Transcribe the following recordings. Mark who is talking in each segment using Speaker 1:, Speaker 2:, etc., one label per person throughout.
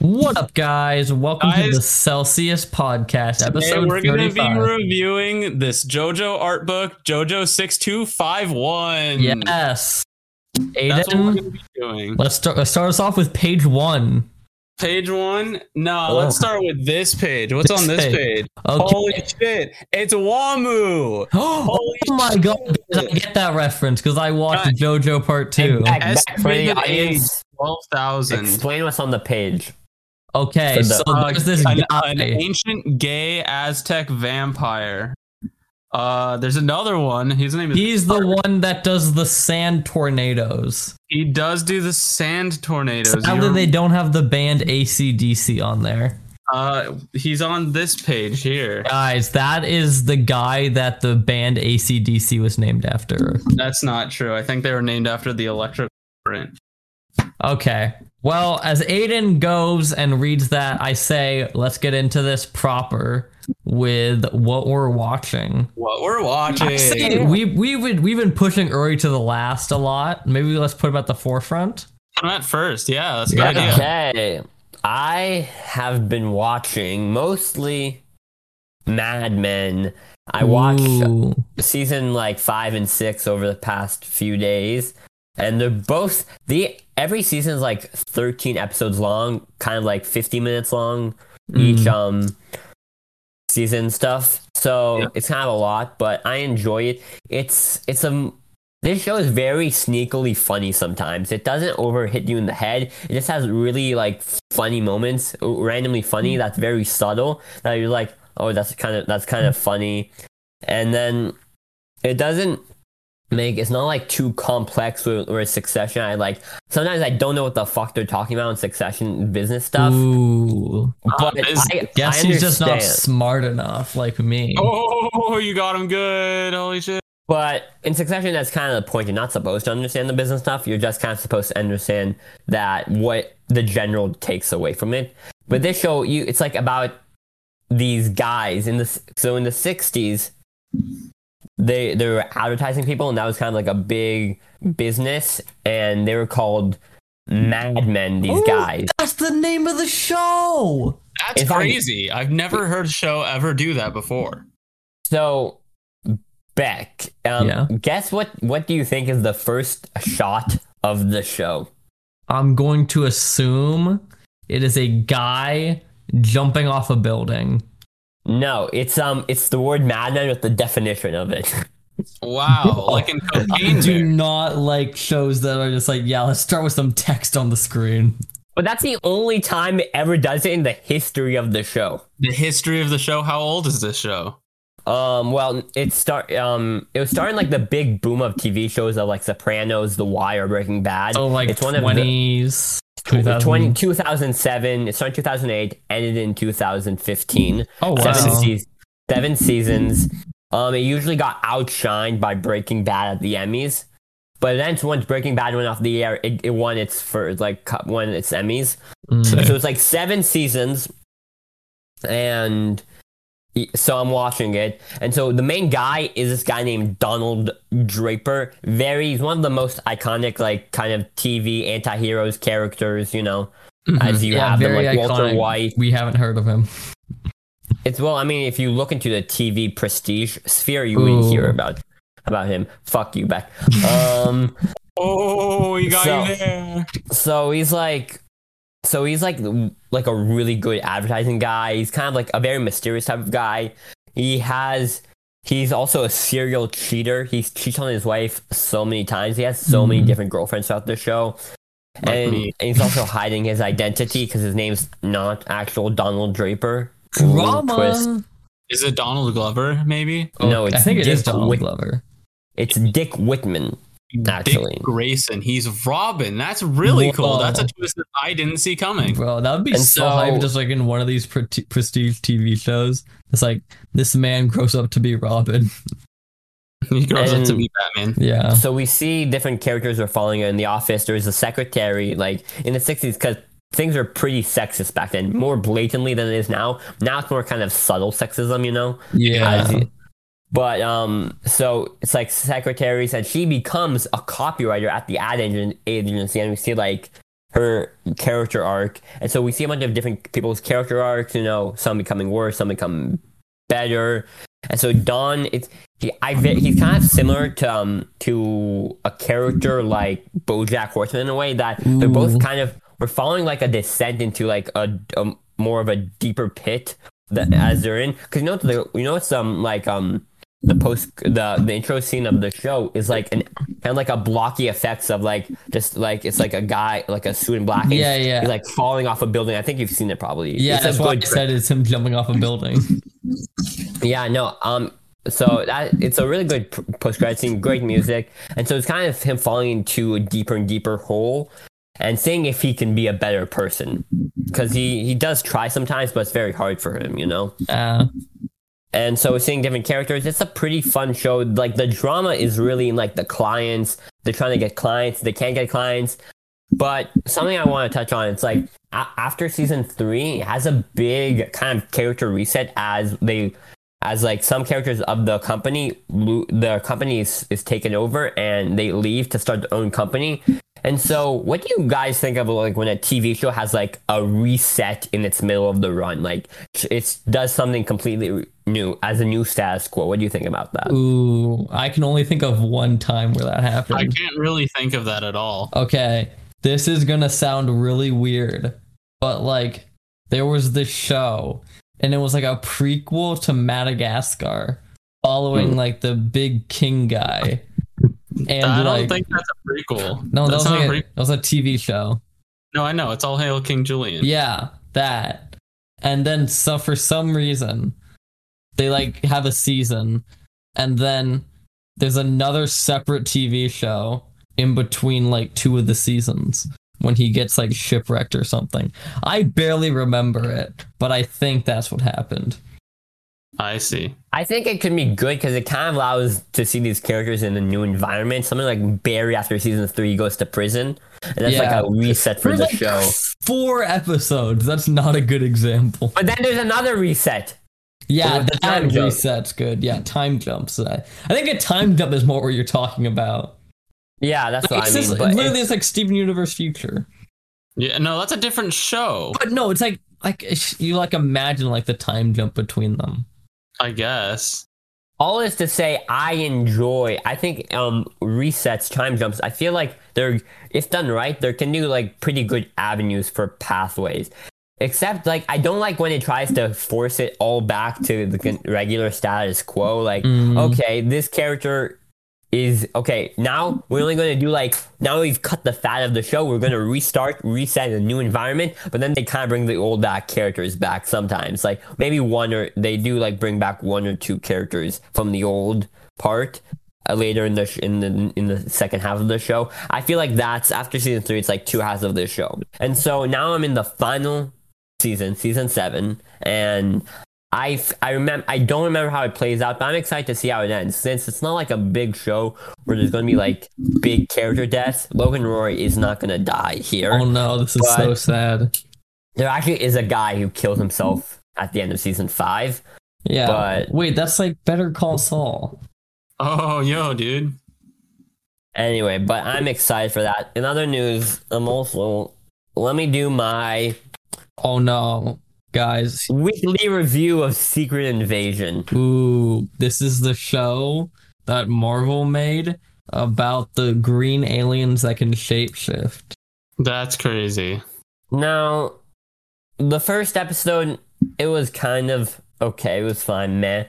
Speaker 1: What up, guys? Welcome to the
Speaker 2: Guys.
Speaker 1: Celsius Podcast,
Speaker 2: Today
Speaker 1: episode
Speaker 2: we're going to be
Speaker 1: 35.
Speaker 2: reviewing this JoJo art book, JoJo 6251.
Speaker 1: yes.
Speaker 2: That's what we're
Speaker 1: Aiden,
Speaker 2: going to be doing.
Speaker 1: let's start, let's start us off with page one.
Speaker 2: Page one? No,
Speaker 1: Oh.
Speaker 2: Uh, let's start with this page. What's
Speaker 1: This
Speaker 2: on this
Speaker 1: page.
Speaker 2: page? Holy
Speaker 1: Oh, Okay.
Speaker 2: shit. It's Wamu.
Speaker 1: Oh my
Speaker 2: shit.
Speaker 1: god, guys, I get that reference because I watched
Speaker 2: Guys.
Speaker 1: JoJo Part 2.
Speaker 3: And back, back for the
Speaker 2: Estimated age
Speaker 3: audience.
Speaker 2: 12,000.
Speaker 3: Explain what's on the page.
Speaker 1: Okay,
Speaker 3: So
Speaker 1: so
Speaker 3: the-
Speaker 2: Uh,
Speaker 1: there's this
Speaker 2: an, an
Speaker 1: guy.
Speaker 2: ancient gay Aztec vampire. Uh, there's another one. His name is
Speaker 1: He's the one that does the sand tornadoes.
Speaker 2: He does do the sand tornadoes.
Speaker 1: Sadly,
Speaker 2: You're-
Speaker 1: they don't have the band ACDC on there.
Speaker 2: uh, he's on this page here.
Speaker 1: Guys, that is the guy that the band ACDC was named after.
Speaker 2: That's not true. I think they were named after the electric current.
Speaker 1: Okay. Well, as Aiden goes and reads that, I say, let's get into this proper with what we're watching.
Speaker 2: What we're
Speaker 1: I say
Speaker 2: watching?
Speaker 1: we we would we've been pushing Uri to the last a lot. Maybe let's put him at the forefront.
Speaker 2: I'm at first. Yeah, that's a good
Speaker 1: Yeah.
Speaker 2: idea.
Speaker 3: Okay. I have been watching mostly Mad Men. I watched
Speaker 1: Ooh.
Speaker 3: season like five and six over the past few days. And they're both the every season's like thirteen episodes long, kind of like fifty minutes long each um season stuff. So
Speaker 2: Yeah.
Speaker 3: it's kind of a lot, but I enjoy it. It's it's a this show is very sneakily funny sometimes. It doesn't over hit you in the head. It just has really like funny moments, randomly
Speaker 1: Hmm.
Speaker 3: funny that's very subtle that you're like, oh, that's kind of that's
Speaker 1: Hmm.
Speaker 3: kind of funny, and then it doesn't make it's not like too complex or, or succession i like sometimes i don't know what the fuck they're talking about in succession business stuff
Speaker 1: Ooh.
Speaker 3: but
Speaker 2: Is-
Speaker 3: I,
Speaker 1: Guess Hmm.
Speaker 3: I
Speaker 1: he's just not
Speaker 3: understand.
Speaker 1: smart enough like me.
Speaker 2: Oh, you got him good. Holy shit.
Speaker 3: But in Succession, that's kind of the point. You're not supposed to understand the business stuff. You're just kind of supposed to understand that what the general takes away from it. But this show, you it's like about these guys in the s- so in the '60s, they they were advertising people, and that was kind of like a big business, and they were called madmen. These
Speaker 1: Ooh,
Speaker 3: guys.
Speaker 1: That's the name of the show.
Speaker 2: That's
Speaker 3: If I-
Speaker 2: crazy. I've never heard a show ever do that before.
Speaker 3: So, Beck, um,
Speaker 1: Yeah.
Speaker 3: guess what? What do you think is the first shot of the show?
Speaker 1: I'm going to assume it is a guy jumping off a building.
Speaker 3: No, it's um, it's the word madman with the definition of it.
Speaker 2: Wow. Like in
Speaker 1: I
Speaker 2: cocaine.
Speaker 1: do
Speaker 2: Dude.
Speaker 1: not like shows that are just like, yeah, let's start with some text on the screen.
Speaker 3: But that's the only time it ever does it in the history of the show.
Speaker 2: The history of the show. How old is this show?
Speaker 3: Um, well, it start um, it was starting like the big boom of TV shows of like Sopranos, The Wire, Breaking Bad.
Speaker 1: So like
Speaker 3: it's one of the
Speaker 1: twenties,
Speaker 3: 20, 2007. It started 2008, ended in 2015.
Speaker 1: Oh wow,
Speaker 3: Seven seas- seven seasons. Um, it usually got outshined by Breaking Bad at the Emmys, but then once Breaking Bad went off the air, it, it won its for like cu- won its Emmys.
Speaker 1: Mm.
Speaker 3: So it's like seven seasons, and y- so I'm watching it. And so the main guy is this guy named Donald Draper. Very, he's one of the most iconic, like kind of TV anti-heroes characters, you know, as you
Speaker 1: Mm. yeah,
Speaker 3: have them,
Speaker 1: very
Speaker 3: like Walter
Speaker 1: iconic.
Speaker 3: White.
Speaker 1: We haven't heard of him.
Speaker 3: It's well, I mean, if you look into the TV prestige sphere, you
Speaker 1: Ooh.
Speaker 3: would hear about about him. Fuck you, Beck. Um,
Speaker 2: Oh, you got
Speaker 3: So-
Speaker 2: you there.
Speaker 3: so he's like, so he's like like a really good advertising guy. He's kind of like a very mysterious type of guy. He has. He's also a serial cheater. He cheats on his wife so many times. He has so many
Speaker 1: Mhm.
Speaker 3: different girlfriends throughout the show.
Speaker 2: Like
Speaker 3: and,
Speaker 2: me.
Speaker 3: and he's also hiding his identity because his name's not actual Donald Draper. Little twist.
Speaker 1: Drama. Oh,
Speaker 2: Is it Donald Glover, maybe?
Speaker 3: No, it's
Speaker 1: I think it is
Speaker 3: Dick
Speaker 1: Donald
Speaker 3: Whit-
Speaker 1: Glover.
Speaker 3: It's Dick Whitman. Actually.
Speaker 2: Dick Grayson. He's Robin. That's really cool.
Speaker 1: Whoa.
Speaker 2: That's a twist that I didn't see coming.
Speaker 1: Bro, that would be
Speaker 3: And
Speaker 1: so,
Speaker 3: so-
Speaker 1: hype just like in one of these pre- prestige TV shows. It's like this man grows up to be Robin.
Speaker 2: He grows up to
Speaker 3: And-
Speaker 2: be Batman.
Speaker 1: yeah.
Speaker 3: So we see different characters are following her in the office. There's a secretary, like in the 60s, because things were pretty sexist back then, more blatantly than it is now. Now it's more kind of subtle sexism, you know?
Speaker 1: Yeah.
Speaker 3: As you- but um, so it's like secretaries, and she becomes a copywriter at the ad agen- agency, and we see like her character arc. And so we see a bunch of different people's character arcs, you know, some becoming worse, some become better. And so Don, it's he, I, ve- he's kind of similar to um to a character like BoJack Horseman in a way that they're both
Speaker 1: Ooh.
Speaker 3: kind of we're following like a descent into like a, a more of a deeper pit that as they're in because you know the you know it's um like um the post the the intro scene of the show is like an kind of like a blocky effects of like just like it's like a guy like a suit in black and he's-
Speaker 1: Yeah, yeah.
Speaker 3: he's like falling off a building I think you've seen it probably
Speaker 1: Yeah,
Speaker 3: It's a
Speaker 1: that's why I
Speaker 3: good-
Speaker 1: said it's him jumping off a building.
Speaker 3: yeah, no. Um, so that it's a really good post grad scene, great music, and so it's kind of him falling into a deeper and deeper hole, and seeing if he can be a better person, because he he does try sometimes, but it's very hard for him, you know.
Speaker 1: Uh,
Speaker 3: And so seeing different characters, it's a pretty fun show. Like the drama is really in like the clients. They're trying to get clients. They can't get clients. But something I want to touch on, it's like a- after season three it has a big kind of character reset as they, as like some characters of the company, lo- the company is, is taken over and they leave to start their own company. And so, what do you guys think of like when a TV show has like a reset in its middle of the run? Like it does something completely re- new as a new status quo. What do you think about that?
Speaker 1: ooh, I can only think of one time where that
Speaker 2: I
Speaker 1: happened.
Speaker 2: can't really think of that at all.
Speaker 1: Okay, this is gonna sound really weird, but like, there was this show, and it was like a prequel to Madagascar, following like the Big King guy, and
Speaker 2: I don't
Speaker 1: like,
Speaker 2: think that's a prequel.
Speaker 1: no, that
Speaker 2: that's
Speaker 1: was like a,
Speaker 2: prequel.
Speaker 1: that was a TV show.
Speaker 2: No, I know. It's all hail King Julian.
Speaker 1: Yeah, that. And then so for some reason, they like have a season, and then there's another separate TV show in between like two of the seasons when he gets like shipwrecked or something. I barely remember it, but I think that's what happened.
Speaker 2: I see.
Speaker 3: I think it could be good because it kind of allows to see these characters in a new environment. Something like Barry after season three goes to prison, and that's
Speaker 1: Yeah.
Speaker 3: like a reset for the
Speaker 1: like
Speaker 3: show.
Speaker 1: four episodes. That's not a good example.
Speaker 3: But then there's another reset.
Speaker 1: Yeah,
Speaker 3: with the
Speaker 1: that
Speaker 3: time jump.
Speaker 1: resets good. Yeah, time jumps. I I think a time jump is more what you're talking about.
Speaker 3: Yeah, that's what I
Speaker 1: It's
Speaker 3: mean.
Speaker 1: just-
Speaker 3: but
Speaker 1: literally,
Speaker 3: it's-
Speaker 1: it's like Steven Universe Future.
Speaker 2: Yeah, no, that's a different show.
Speaker 1: But no, it's like like it's- you like imagine like the time jump between them.
Speaker 2: I guess.
Speaker 3: all is to say i enjoy i think um resets time jumps i feel like they're if done right there can do like pretty good avenues for pathways except like i don't like when it tries to force it all back to the con- regular status quo like
Speaker 1: Mm.
Speaker 3: okay this character is okay now we're only going to do like now we've cut the fat of the show we're going to restart reset in a new environment but then they kind of bring the old uh, characters back sometimes like maybe one or they do like bring back one or two characters from the old part uh, later in the sh- in the in the second half of the show i feel like that's after season three it's like two halves of the show and so now i'm in the final season season seven and I, f- I remember I don't remember how it plays out, but I'm excited to see how it ends since it's not like a big show where there's gonna be like big character deaths. Logan Roy is not gonna die here.
Speaker 1: Oh no, this is so
Speaker 3: But-
Speaker 1: sad.
Speaker 3: There actually is a guy who killed himself at the end of season five.
Speaker 1: Yeah.
Speaker 3: but-
Speaker 1: Wait, that's like Better Call Saul.
Speaker 2: Oh, yo, dude.
Speaker 3: Anyway, but I'm excited for that. In other news, I'm also let me do my
Speaker 1: Oh no, guys.
Speaker 3: weekly review of Secret Invasion.
Speaker 1: Ooh, this is the show that Marvel made about the green aliens that can shapeshift.
Speaker 2: That's crazy.
Speaker 3: Now, the first episode, it was kind of okay. It was fine, meh.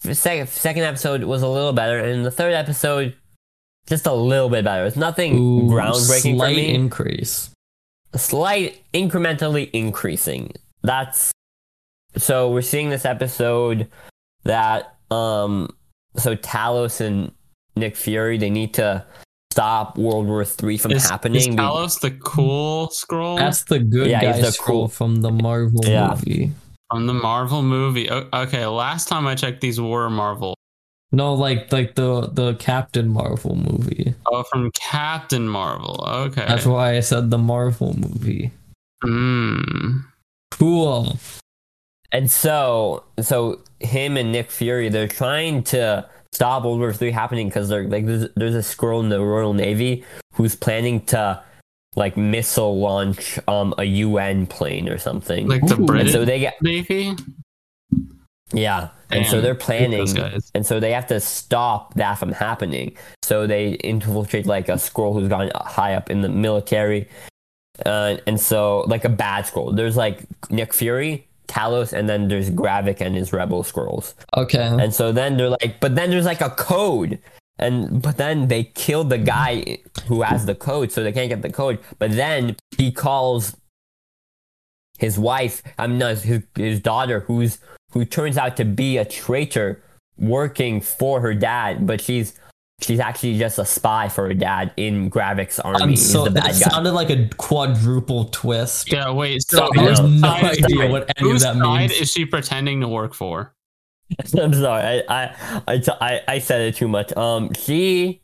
Speaker 3: The second, second episode was a little better, and the third episode, just a little bit better. It's nothing
Speaker 1: Ooh,
Speaker 3: Hmm, groundbreaking for
Speaker 1: slight
Speaker 3: me.
Speaker 1: increase.
Speaker 3: slight, incrementally increasing. That's so we're seeing this episode that um so Talos and Nick Fury they need to stop World War Three from
Speaker 2: is,
Speaker 3: happening.
Speaker 2: is
Speaker 3: be-
Speaker 2: Talos the cool scroll
Speaker 1: That's the good
Speaker 3: Yeah,
Speaker 1: guy
Speaker 3: he's the
Speaker 1: scroll
Speaker 3: cool-
Speaker 1: from the Marvel
Speaker 3: Yeah.
Speaker 1: movie.
Speaker 2: from the Marvel movie? O- Okay, last time I checked, these were Marvel.
Speaker 1: No, like like the the Captain Marvel movie.
Speaker 2: Oh, from Captain Marvel. Okay.
Speaker 1: That's why I said the Marvel movie.
Speaker 2: Mm.
Speaker 1: Cool.
Speaker 3: And so, so him and Nick Fury, they're trying to stop World War Three happening because they're like, there's, there's a scroll in the Royal Navy who's planning to like missile launch um a UN plane or something.
Speaker 2: Like the
Speaker 1: Ooh.
Speaker 2: British
Speaker 3: and so they get
Speaker 2: Navy.
Speaker 3: yeah, and so
Speaker 2: Damn.
Speaker 3: they're
Speaker 2: Hate
Speaker 3: planning
Speaker 2: Those guys.
Speaker 3: and so they have to stop that from happening. So they infiltrate like a scroll who's gone high up in the military, uh, and so like a bad scroll. There's like Nick Fury, Talos, and then there's Gravik and his rebel scrolls.
Speaker 1: Okay.
Speaker 3: And so then they're like, but then there's like a code. And but then they killed the guy who has the code, so they can't get the code. But then he calls his wife, I'm mean, no, his his daughter, who's who turns out to be a traitor working for her dad, but she's she's actually just a spy for her dad in Gravik's army.
Speaker 1: I'm
Speaker 3: He's
Speaker 1: so
Speaker 3: the
Speaker 1: that
Speaker 3: bad guy.
Speaker 1: sounded like a quadruple twist.
Speaker 2: Yeah, wait. So,
Speaker 1: I
Speaker 3: Yeah.
Speaker 1: have
Speaker 2: whose
Speaker 1: no
Speaker 2: side-
Speaker 1: idea what any of
Speaker 2: whose
Speaker 1: that
Speaker 2: side
Speaker 1: means.
Speaker 2: is she pretending to work for?
Speaker 3: I'm sorry. I I I t- I- I said it too much. Um, she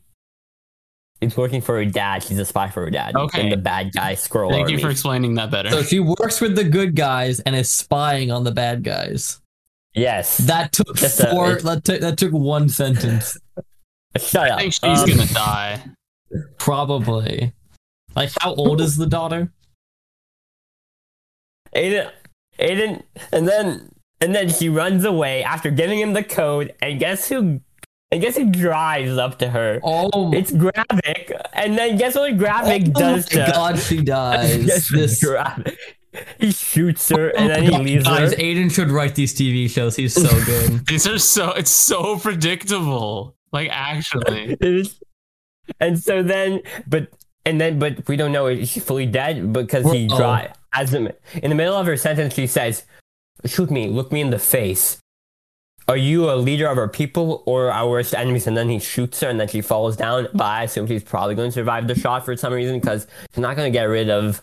Speaker 3: is working for her dad. She's a spy for her dad.
Speaker 2: Okay.
Speaker 3: And the bad guy scroll
Speaker 2: Thank you
Speaker 3: army.
Speaker 2: for explaining that better.
Speaker 1: So she works with the good guys and is spying on the bad guys.
Speaker 3: yes.
Speaker 1: That took
Speaker 3: Just a-
Speaker 1: four.
Speaker 3: it-
Speaker 1: that, took that took one sentence,
Speaker 3: Shut up.
Speaker 2: I think she's
Speaker 1: uh,
Speaker 3: Um,
Speaker 2: gonna die.
Speaker 1: probably. Like, how old is the daughter?
Speaker 3: Aiden. Aiden. And then and then she runs away after giving him the code. And guess who? And guess who drives up to her?
Speaker 1: Oh my
Speaker 3: It's Gravik. And then guess what Gravik
Speaker 1: oh
Speaker 3: does
Speaker 1: my
Speaker 3: to?
Speaker 1: god, she dies.
Speaker 3: Guess
Speaker 1: this Oh,
Speaker 3: Gravik. He shoots her and
Speaker 2: Oh
Speaker 3: then he leaves
Speaker 1: guys,
Speaker 3: her.
Speaker 1: Aiden should write these TV shows. He's so good.
Speaker 2: These are so. It's so predictable. Like actually,
Speaker 3: It is- and so then, but and then, but we don't know if she's fully dead because he
Speaker 1: Well-
Speaker 3: dry as in, in the middle of her sentence, she says, "Shoot me, look me in the face. Are you a leader of our people or our worst enemies?" And then he shoots her, and then she falls down. But I assume she's probably going to survive the shot for some reason because she's not going to get rid of.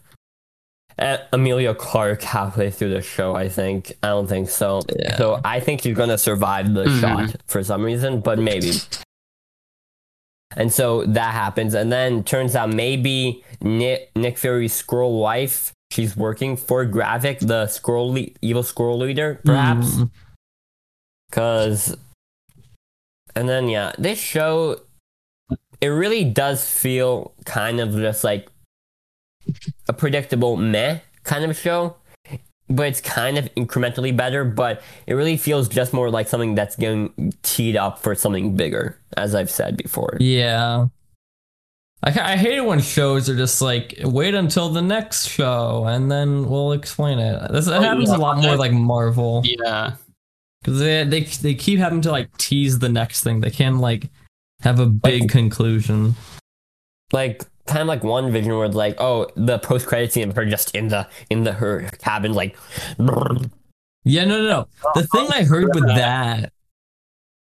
Speaker 3: Uh, Amelia Clark halfway through the show, I think. I don't think so.
Speaker 1: Yeah.
Speaker 3: So I think she's gonna survive the
Speaker 2: Mhm.
Speaker 3: shot for some reason, but maybe. And so that happens, and then turns out maybe Nick, Nick Fury's scroll wife, she's working for Gravik, the scroll le- evil scroll leader, perhaps.
Speaker 1: Mm.
Speaker 3: Cause, and then yeah, this show, it really does feel kind of just like a predictable meh kind of show, but it's kind of incrementally better. But it really feels just more like something that's getting teed up for something bigger, as I've said before.
Speaker 1: Yeah. I, ca- I hate it when shows are just like, wait until the next show and then we'll explain it. This it happens a lot more with, like Marvel.
Speaker 2: yeah.
Speaker 1: Because they, they, they keep having to like tease the next thing. They can't like have a big conclusion.
Speaker 3: Like kind of like one vision where it's like, oh, the post credit scene of her just in the in the her cabin, like.
Speaker 1: Yeah, no, no, no. The thing I heard with that,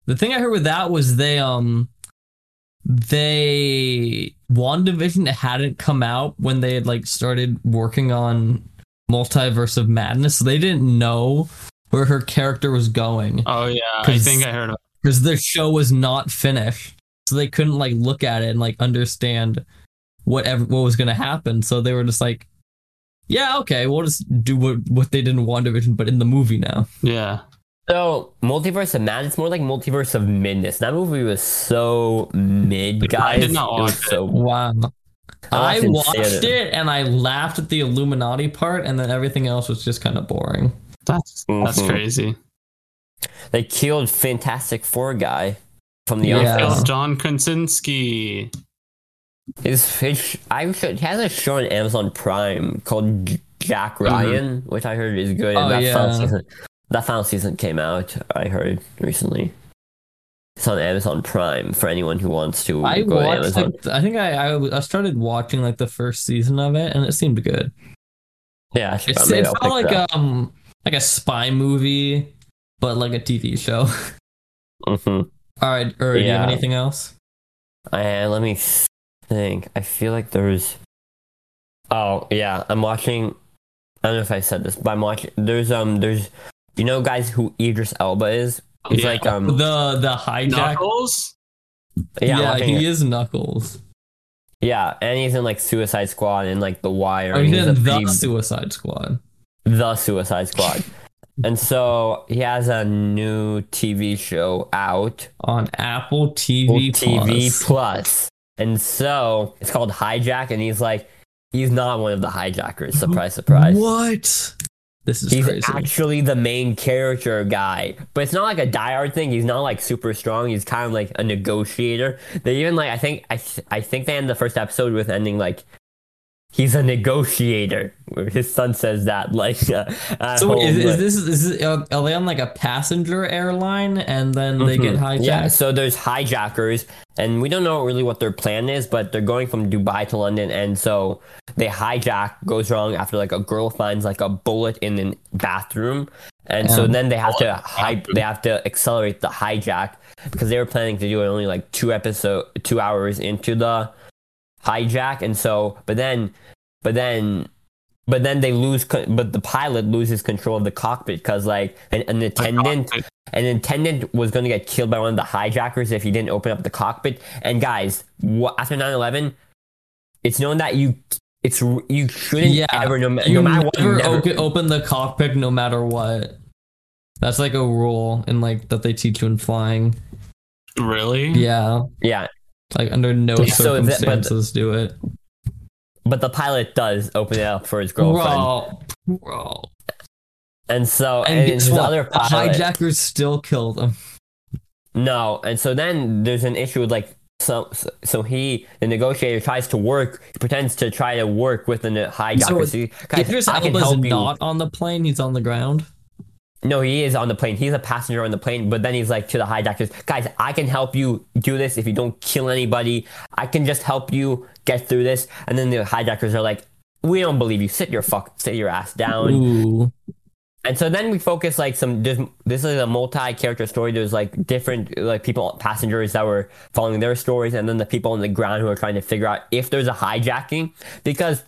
Speaker 1: the thing I heard with that was they um, they WandaVision hadn't come out when they had like started working on Multiverse of Madness, so they didn't know where her character was going
Speaker 2: Oh yeah. I
Speaker 1: 'Cause-
Speaker 2: think I heard. About
Speaker 1: because the show was not finished, so they couldn't like look at it and like understand whatever what was gonna happen. So they were just like, yeah, okay, we'll just do what what they did in WandaVision, but in the movie now.
Speaker 2: Yeah.
Speaker 3: So multiverse of madness, more like multiverse of midness. That movie was so mid, guys.
Speaker 2: did not
Speaker 3: was
Speaker 2: watch it.
Speaker 3: so-
Speaker 1: Wow. I
Speaker 3: often say
Speaker 1: watched
Speaker 3: that-
Speaker 1: it and I laughed at the Illuminati part, and then everything else was just kind of boring.
Speaker 2: That's that's
Speaker 1: Mm-hmm.
Speaker 3: Mhm.
Speaker 2: crazy.
Speaker 3: They killed Fantastic Four guy from the
Speaker 1: Yeah.
Speaker 3: office.
Speaker 2: Kills John Krasinski.
Speaker 3: His, his sh- I should, he has a show on Amazon Prime called J- Jack Ryan, which I heard is good.
Speaker 1: Mm-hmm. Oh,
Speaker 3: and that
Speaker 1: yeah.
Speaker 3: final season, that final season came out. I heard recently. It's on Amazon Prime for anyone who wants to
Speaker 1: I
Speaker 3: go to
Speaker 1: watched.
Speaker 3: Amazon.
Speaker 1: Like, I think I, I I started watching like the first season of it, and it seemed good.
Speaker 3: yeah, I should
Speaker 1: It's,
Speaker 3: probably-
Speaker 1: it
Speaker 3: I'll
Speaker 1: felt
Speaker 3: pick
Speaker 1: like
Speaker 3: that up.
Speaker 1: um like a spy movie, but like a TV show.
Speaker 3: Mhm.
Speaker 1: All right, or do you have
Speaker 3: Yeah.
Speaker 1: anything else?
Speaker 3: I let me think. I feel like there's. Oh yeah, I'm watching. I don't know if I said this, but I'm watching. There's um, there's, you know, guys who Idris Elba is. He's
Speaker 2: Yeah.
Speaker 3: like um,
Speaker 1: The the hijack.
Speaker 2: Knuckles.
Speaker 3: yeah, yeah,
Speaker 1: he is Knuckles.
Speaker 3: yeah, and he's in like Suicide Squad and like The Wire.
Speaker 1: Or Oh,
Speaker 3: and
Speaker 1: he's
Speaker 3: he's a
Speaker 1: in the
Speaker 3: big-
Speaker 1: Suicide Squad.
Speaker 3: the Suicide Squad, and so he has a new TV show out
Speaker 1: On Apple TV,
Speaker 3: Apple TV
Speaker 1: Plus.
Speaker 3: Plus. And so it's called Hijack, and he's like, He's not one of the hijackers. Surprise, surprise.
Speaker 1: What? This is
Speaker 3: He's
Speaker 1: crazy.
Speaker 3: actually the main character guy, but it's not like a diehard thing. He's not like super strong. He's kind of like a negotiator. They even like I think I th- I think they end the first episode with ending like he's a negotiator. Where his son says that like uh, at
Speaker 1: so
Speaker 3: home,
Speaker 1: wait, is,
Speaker 3: like-
Speaker 1: is this is this, are are they on like a passenger airline and then they
Speaker 3: Mm-hmm.
Speaker 1: get hijacked?
Speaker 3: Yeah, so there's hijackers, and we don't know really what their plan is, but they're going from Dubai to London, and so they hijack goes wrong after like a girl finds like a bullet in an bathroom, and so
Speaker 1: Um,
Speaker 3: then they have to hype, they have to accelerate the hijack because they were planning to do it only like two episode, two hours into the hijack, and so but then, but then. But then they lose, co- but the pilot loses control of the cockpit because, like, an, an attendant an attendant was going to get killed by one of the hijackers if he didn't open up the cockpit. And guys, wha- after 9/11, it's known that you it's r- you shouldn't
Speaker 1: Yeah,
Speaker 3: ever no, ma-
Speaker 1: You
Speaker 3: no matter what.
Speaker 1: never,
Speaker 3: you never-
Speaker 1: Open, open the cockpit no matter what. That's like a rule in like that they teach you in flying.
Speaker 2: Really?
Speaker 1: Yeah,
Speaker 3: yeah,
Speaker 1: like under no
Speaker 3: Mm-hmm. Yeah, so that- but-
Speaker 1: circumstances do it.
Speaker 3: but the pilot does open it up for his girlfriend,
Speaker 1: Bro, bro.
Speaker 3: and so and,
Speaker 1: And guess
Speaker 3: his
Speaker 1: what?
Speaker 3: other
Speaker 1: The
Speaker 3: pilot.
Speaker 1: hijackers still kill them.
Speaker 3: No, and so then there's an issue with like so so- so he the negotiator tries to work he pretends to try to work with the hijacker.
Speaker 1: So
Speaker 3: So, he- guys,
Speaker 1: Idris
Speaker 3: I can
Speaker 1: Elba's
Speaker 3: help you.
Speaker 1: not on the plane; he's on the ground.
Speaker 3: No, he is on the plane. He's a passenger on the plane, but then he's like to the hijackers, guys, I can help you do this if you don't kill anybody. I can just help you get through this. And then the hijackers are like, we don't believe you. Sit your fuck, sit your ass down.
Speaker 1: Ooh,
Speaker 3: And so then we focus like some. There's, this is a multi-character story. There's like different like people, passengers that were following their stories, and then the people on the ground who are trying to figure out if there's a hijacking because.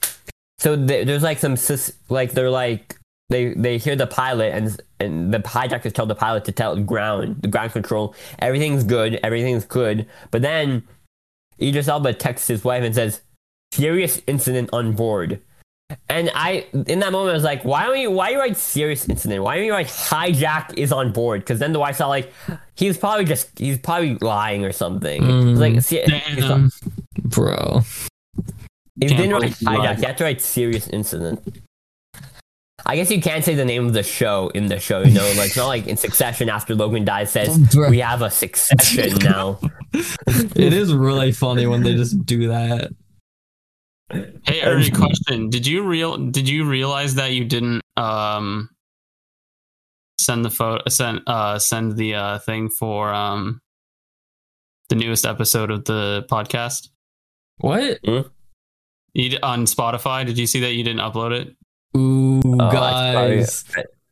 Speaker 3: So th- there's like some sis- like they're like they they hear the pilot and and the hijackers tell the pilot to tell ground the ground control everything's good everything's good but then Idris Elba texts his wife and says serious incident on board and I, in that moment, I was like, why don't you, why do you write serious incident? Why don't you write hijack is on board? Because then the wife's not like, he's probably just, he's probably lying or something.
Speaker 1: Mm.
Speaker 3: It's like, see, it's not-
Speaker 2: Damn.
Speaker 1: bro.
Speaker 2: Damn,
Speaker 3: you didn't
Speaker 2: bro,
Speaker 3: write
Speaker 2: he's lying.
Speaker 3: hijack, you have to write serious incident. I guess you can't say the name of the show in the show, you know? Like, it's not like in succession after Logan dies says,
Speaker 1: Bro.
Speaker 3: we have a succession now.
Speaker 1: It is really funny when they just do that.
Speaker 2: Hey, Ernie, question. Did you real did you realize that you didn't um send the photo send uh send the uh thing for um the newest episode of the podcast?
Speaker 1: What?
Speaker 2: You d- on Spotify, did you see that you didn't upload it?
Speaker 1: Ooh,
Speaker 3: Oh, I
Speaker 1: guys,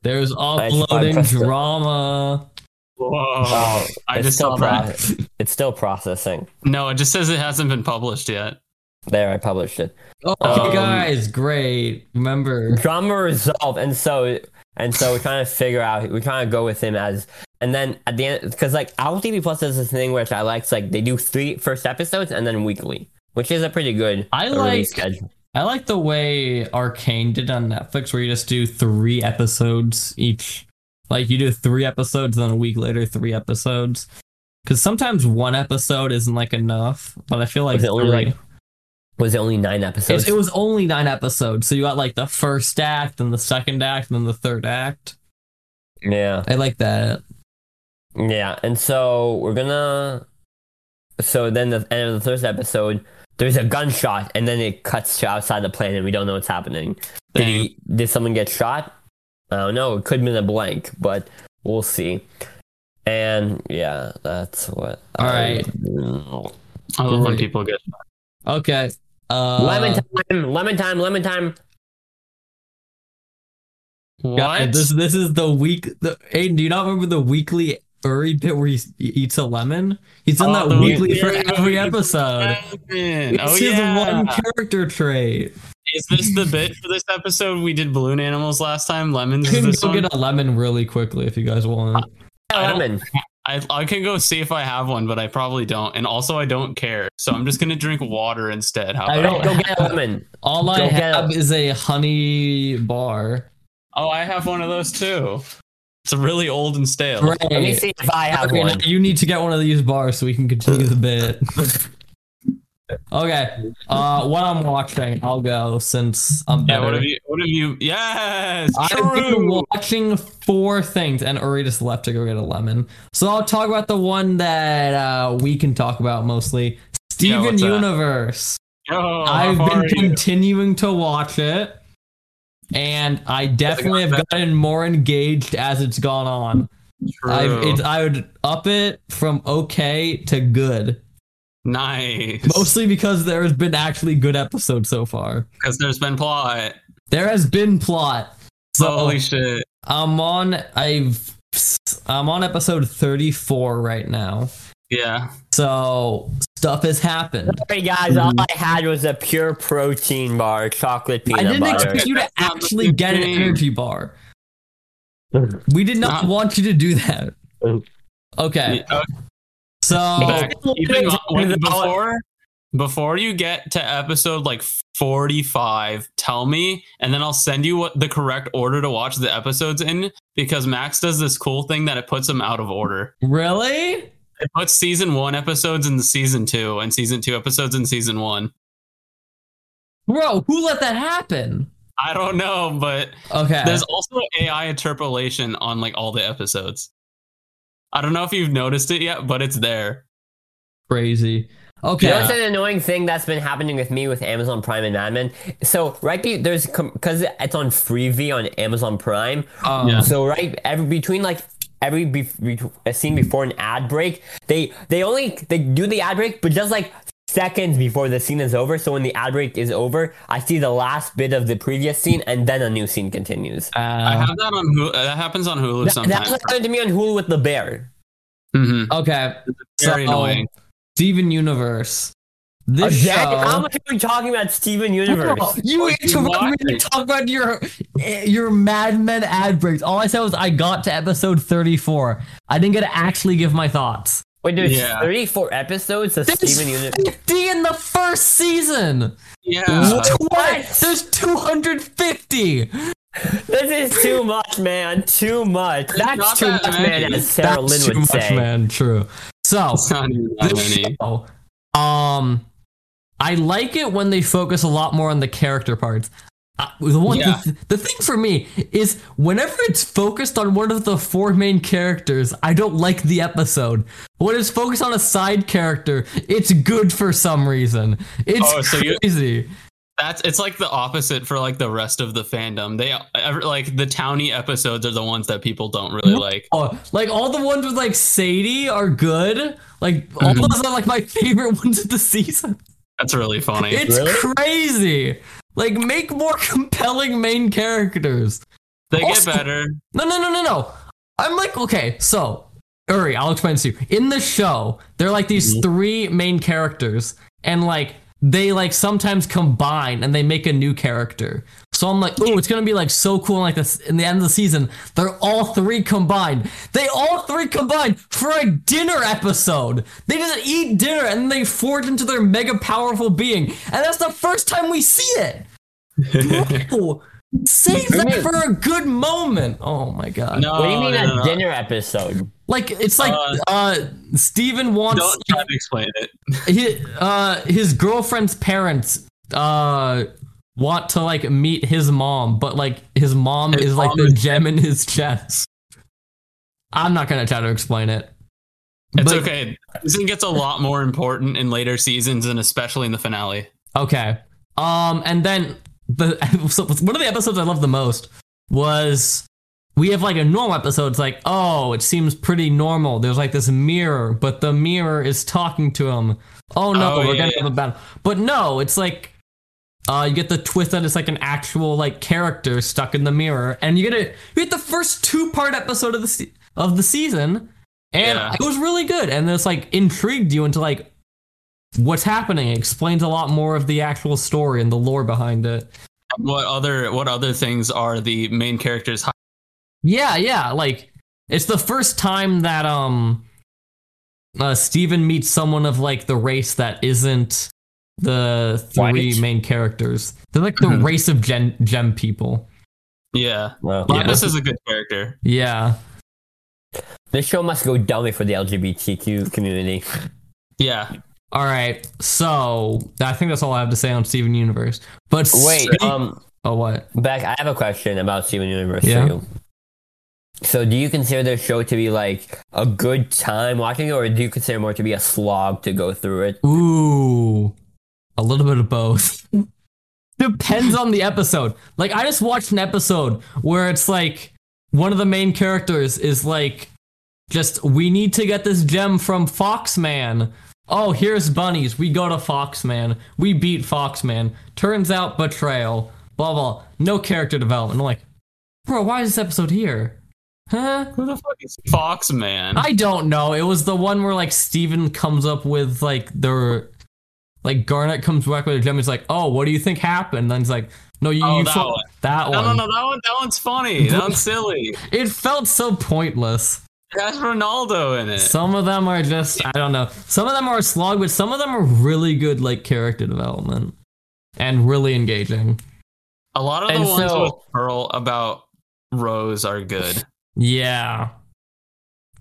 Speaker 1: there's
Speaker 3: should probably
Speaker 1: uploading
Speaker 3: press the-
Speaker 1: drama.
Speaker 2: Whoa.
Speaker 3: Oh,
Speaker 2: I
Speaker 3: it's
Speaker 2: just saw
Speaker 3: still
Speaker 2: that.
Speaker 3: pro- it's still processing.
Speaker 2: No, it just says it hasn't been published yet.
Speaker 3: There, I published it.
Speaker 1: Oh,
Speaker 3: Um,
Speaker 1: guys, great. Remember,
Speaker 3: drama resolve and so and so we're trying to figure out we're trying to go with him as and then at the end because like Apple TV Plus does this thing which I like it's like they do three first episodes and then weekly which is a pretty good
Speaker 1: I
Speaker 3: release
Speaker 1: like-
Speaker 3: schedule
Speaker 1: I like the way Arcane did on Netflix, where you just do three episodes each. Like you do three episodes, then a week later, three episodes. Because sometimes one episode isn't like enough, but I feel like
Speaker 3: Was it only,
Speaker 1: three-
Speaker 3: like, was it only nine
Speaker 1: It's-
Speaker 3: episodes
Speaker 1: it was only nine episodes, so you got like the first act, and the second act, and then the third act.
Speaker 3: yeah
Speaker 1: I like that.
Speaker 3: yeah and so we're gonna so then the end of the first episode there's a gunshot and then it cuts to outside the plane and we don't know what's happening Did,
Speaker 2: Dang.
Speaker 3: he, did someone get shot? I don't know. It could have been a blank, but we'll see. And yeah, that's what.
Speaker 1: All
Speaker 2: I
Speaker 3: I-
Speaker 2: love when
Speaker 1: Right.
Speaker 2: people get
Speaker 1: Okay. Uh,
Speaker 3: lemon time, lemon time, lemon time.
Speaker 2: what?
Speaker 1: God, this this is the week. The, Aiden, do you not remember the weekly Uri bit where he s- he eats a lemon? He's done
Speaker 2: Oh,
Speaker 1: that
Speaker 2: the
Speaker 1: weekly
Speaker 2: weekly
Speaker 1: for every
Speaker 2: Uri
Speaker 1: episode.
Speaker 2: Evan.
Speaker 1: It's
Speaker 2: Oh,
Speaker 1: his
Speaker 2: yeah.
Speaker 1: one character trait.
Speaker 2: Is this the bit for this episode? We did balloon animals last time. Lemons
Speaker 1: You
Speaker 2: is
Speaker 1: can
Speaker 2: this
Speaker 1: go
Speaker 2: one.
Speaker 1: get a lemon really quickly if you guys
Speaker 3: Uh,
Speaker 1: want.
Speaker 2: I don't-
Speaker 3: Lemon.
Speaker 2: I, I can go see if I have one, but I probably don't. And also, I don't care. So I'm just going to drink water instead. How
Speaker 1: I
Speaker 2: about
Speaker 1: don't-
Speaker 2: it?
Speaker 3: Go get a lemon.
Speaker 1: All I
Speaker 3: Go get
Speaker 1: have
Speaker 3: a-
Speaker 1: is a honey bar.
Speaker 2: Oh, I have one of those too. It's really old and stale.
Speaker 3: Let me
Speaker 1: Great.
Speaker 3: see if I have
Speaker 1: Okay, now
Speaker 3: one.
Speaker 1: you need to get one of these bars so we can continue the bit. Okay. Uh, what I'm watching, I'll go since I'm
Speaker 2: Yeah,
Speaker 1: better.
Speaker 2: what have you? What have you? Yes,
Speaker 1: I've been
Speaker 2: true.
Speaker 1: watching four things, and Uri just left to go get a lemon. So I'll talk about the one that uh, we can talk about mostly. Steven
Speaker 2: what's that?
Speaker 1: Universe.
Speaker 2: Yo, Oh, how
Speaker 1: I've
Speaker 2: far
Speaker 1: been
Speaker 2: are you?
Speaker 1: continuing to watch it, and I definitely have gotten more engaged as it's gone on. I've,
Speaker 2: True.
Speaker 1: it's, I would up it from okay to good,
Speaker 2: nice.
Speaker 1: mostly because there has been actually good episodes so far.
Speaker 2: because there's been plot.
Speaker 1: There has been plot. So
Speaker 2: Holy shit!
Speaker 1: I'm on I've I'm on episode 34 right now.
Speaker 2: Yeah.
Speaker 1: So stuff has happened.
Speaker 3: Sorry, guys. All I had was a pure protein bar, chocolate peanut
Speaker 1: I didn't
Speaker 3: butter.
Speaker 1: expect you to
Speaker 2: That's not the
Speaker 1: actually get an
Speaker 2: thing.
Speaker 1: energy bar. We did not want you to do that. Okay.
Speaker 2: Uh,
Speaker 1: So
Speaker 2: back- even on- when- before before you get to episode like 45 tell me and then i'll send you what the correct order to watch the episodes in because max does this cool thing that it puts them out of order
Speaker 1: really?
Speaker 2: it puts season one episodes in season two and season two episodes in season one
Speaker 1: Bro, who let that happen?
Speaker 2: i don't know but
Speaker 1: Okay.
Speaker 2: there's also ai interpolation on like all the episodes i don't know if you've noticed it yet but it's there
Speaker 1: crazy.
Speaker 3: You
Speaker 1: Okay.
Speaker 3: know what's an annoying thing that's been happening with me with Amazon Prime and Mad Men? So right, be- there's because it's on freebie on Amazon Prime.
Speaker 1: Um,
Speaker 2: Yeah.
Speaker 3: So right, every between like every be- be- a scene before an ad break, they they only they do the ad break, but just like seconds before the scene is over. So when the ad break is over, I see the last bit of the previous scene, and then a new scene continues.
Speaker 2: i
Speaker 1: uh,
Speaker 2: have that on hulu that happens on hulu
Speaker 3: That,
Speaker 2: sometimes
Speaker 3: that's what happened to me on Hulu with the bear.
Speaker 2: hmm
Speaker 1: okay.
Speaker 2: very
Speaker 1: So,
Speaker 2: annoying
Speaker 1: Steven Universe. This
Speaker 3: Again,
Speaker 1: show,
Speaker 3: how
Speaker 2: uh,
Speaker 3: much are we talking about Steven Universe?
Speaker 1: Bro, you
Speaker 2: Or
Speaker 1: interrupted me to
Speaker 2: Jumanji.
Speaker 1: talk about your eh, your Mad Men ad breaks. All I said was I got to episode 34. I didn't get to actually give my thoughts.
Speaker 3: Wait, there's
Speaker 2: Yeah.
Speaker 3: 34 episodes of
Speaker 1: There's
Speaker 3: Steven Universe.
Speaker 1: 50 in the first season.
Speaker 2: yeah
Speaker 1: What? There's 250.
Speaker 3: This is too much, man. Too much.
Speaker 2: not
Speaker 3: That's too
Speaker 2: that
Speaker 3: much, man.
Speaker 2: many.
Speaker 3: As Sarah
Speaker 1: That's
Speaker 3: Lynn
Speaker 1: too
Speaker 3: would
Speaker 1: much,
Speaker 3: say.
Speaker 1: man. True. So
Speaker 2: It's not even that
Speaker 1: this
Speaker 2: many.
Speaker 1: show, um, I like it when they focus a lot more on the character parts. Uh, the one,
Speaker 2: Yeah.
Speaker 1: the, the thing for me is whenever it's focused on one of the four main characters, I don't like the episode. When it's focused on a side character, it's good for some reason. It's
Speaker 2: Oh, so you-
Speaker 1: crazy.
Speaker 2: That's it's like the opposite for like the rest of the fandom. They ever like the towny episodes are the ones that people don't really like.
Speaker 1: Oh, like all the ones with like Sadie are good. Like all
Speaker 2: Mm-hmm.
Speaker 1: those are like my favorite ones of the season.
Speaker 2: That's really funny.
Speaker 1: It's
Speaker 3: Really?
Speaker 1: crazy. Like, make more compelling main characters.
Speaker 2: they
Speaker 1: also-
Speaker 2: get better.
Speaker 1: No, no, no, no, no. I'm like, okay, so, Uri, I'll explain this to you. In the show, there are like these three main characters, and like, they like sometimes combine and they make a new character. So I'm like, oh, it's gonna be like so cool. Like this in the end of the season, they're all three combined. They all three combined for a dinner episode. They just eat dinner and they forge into their mega powerful being, and that's the first time we see it. Bro, save that for a good moment. Oh my god.
Speaker 2: No,
Speaker 3: What do you mean
Speaker 2: no, no,
Speaker 3: a
Speaker 2: no.
Speaker 3: dinner episode?
Speaker 1: Like it's like uh,
Speaker 2: Uh,
Speaker 1: Steven wants
Speaker 2: Don't try to explain it.
Speaker 1: his, uh his girlfriend's parents uh want to like meet his mom, but like his mom
Speaker 2: His
Speaker 1: is like
Speaker 2: mom
Speaker 1: the
Speaker 2: is-
Speaker 1: gem in his chest. I'm not gonna try to explain it.
Speaker 2: It's
Speaker 1: But-
Speaker 2: okay. This thing gets a lot more important in later seasons and especially in the finale.
Speaker 1: Okay. Um, and then the so one of the episodes I loved the most was we have like a normal episode. It's like, oh, it seems pretty normal. There's like this mirror, but the mirror is talking to him. Oh no,
Speaker 2: Oh,
Speaker 1: we're
Speaker 2: yeah,
Speaker 1: gonna have a battle. But no, it's like uh, you get the twist that it's like an actual like character stuck in the mirror, and you get it. You get the first two part episode of the se- of the season, and
Speaker 2: Yeah.
Speaker 1: it was really good. And it's like intrigued you into like what's happening. It explains a lot more of the actual story and the lore behind it.
Speaker 2: What other what other things are the main characters? hi-
Speaker 1: Yeah, yeah. Like it's the first time that um uh Steven meets someone of like the race that isn't the three
Speaker 3: White? Mm-hmm.
Speaker 1: main characters. They're like the
Speaker 2: Mhm.
Speaker 1: race of gen- gem people.
Speaker 2: Yeah.
Speaker 3: Well,
Speaker 1: Yeah.
Speaker 2: Linus is a good character.
Speaker 1: Yeah.
Speaker 3: This show must go dummy for the LGBTQ community.
Speaker 2: Yeah.
Speaker 1: All right, so I think that's all I have to say on Steven Universe. But
Speaker 3: Wait,
Speaker 1: speak-
Speaker 3: um,
Speaker 1: oh what?
Speaker 3: Beck, I have a question about Steven Universe
Speaker 1: Yeah?
Speaker 3: too. So, do you consider this show to be like a good time watching it, or do you consider more to be a slog to go through it?
Speaker 1: Ooh, a little bit of both. Depends on the episode. Like I just watched an episode where it's like one of the main characters is like, just we need to get this gem from Foxman. Oh, here's bunnies. We go to Foxman. We beat Foxman. Turns out betrayal. Blah blah. No character development. I'm like, bro, why is this episode here? Huh?
Speaker 2: Who the fuck is Fox Man?
Speaker 1: I don't know. It was the one where like Steven comes up with like the like Garnet comes back with a gem. He's like, "Oh, what do you think happened?" And then he's like, "No, you,
Speaker 2: Oh,
Speaker 1: you
Speaker 2: that
Speaker 1: felt-
Speaker 2: one.
Speaker 1: that
Speaker 2: no,
Speaker 1: one."
Speaker 2: no, no, that one, that one's funny. That one's silly.
Speaker 1: It felt so pointless.
Speaker 2: It has Ronaldo in it.
Speaker 1: Some of them are just I don't know. Some of them are a slog, but some of them are really good like character development and really engaging.
Speaker 2: a lot of the
Speaker 3: and
Speaker 2: ones
Speaker 3: so-
Speaker 2: with Pearl about Rose are good.
Speaker 1: Yeah,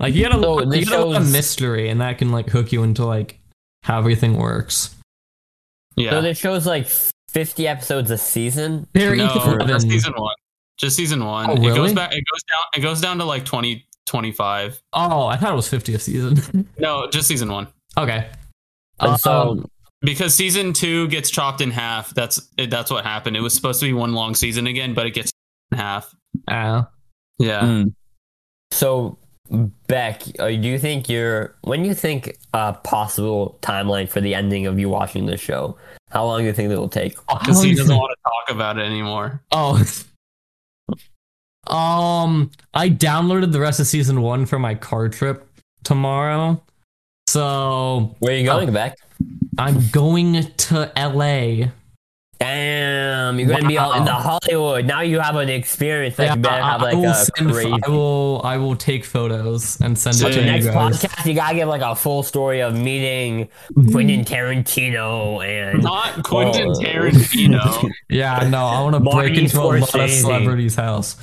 Speaker 1: like you gotta,
Speaker 3: So,
Speaker 1: you
Speaker 3: this
Speaker 1: gotta want a
Speaker 3: shows-
Speaker 1: mystery, and that can like hook you into like how everything works.
Speaker 3: So,
Speaker 2: Yeah.
Speaker 3: this show's like 50 episodes a season.
Speaker 1: They're
Speaker 2: No,
Speaker 1: even-
Speaker 2: just season one. Just season one.
Speaker 1: Oh,
Speaker 2: It goes
Speaker 1: really?
Speaker 2: back. It goes down. It goes down to like 20, 25.
Speaker 1: Oh, I thought it was 50th season.
Speaker 2: No, just season one.
Speaker 1: okay.
Speaker 3: And so,
Speaker 1: Um,
Speaker 2: Because season two gets chopped in half. That's it- that's what happened. It was supposed to be one long season again, but it gets in half.
Speaker 3: Um,
Speaker 1: uh,
Speaker 2: Yeah.
Speaker 3: Mm. So, Beck, uh, do you think you're when you think a possible timeline for the ending of you watching this show? How long do you think it will take?
Speaker 2: Because he doesn't want to talk about it anymore.
Speaker 1: Oh. um, I downloaded the rest of season one for my car trip tomorrow. So
Speaker 3: Where are you going, Beck?
Speaker 1: I'm going to LA.
Speaker 3: Damn, you're gonna be all in the Hollywood. Now you have an experience that you better have like
Speaker 1: will
Speaker 3: a
Speaker 1: send-
Speaker 3: crazy.
Speaker 1: I will I will take photos and send
Speaker 2: So
Speaker 1: it
Speaker 2: the
Speaker 1: to
Speaker 3: Next
Speaker 1: you guys.
Speaker 3: podcast, you gotta give like a full story of meeting
Speaker 1: Mm-hmm.
Speaker 3: Quentin Tarantino and
Speaker 2: Not Quentin
Speaker 3: Oh.
Speaker 2: Tarantino.
Speaker 1: Yeah, no, I want to
Speaker 3: Marty
Speaker 1: break into a lot of
Speaker 3: Scorsese.
Speaker 1: celebrities' house.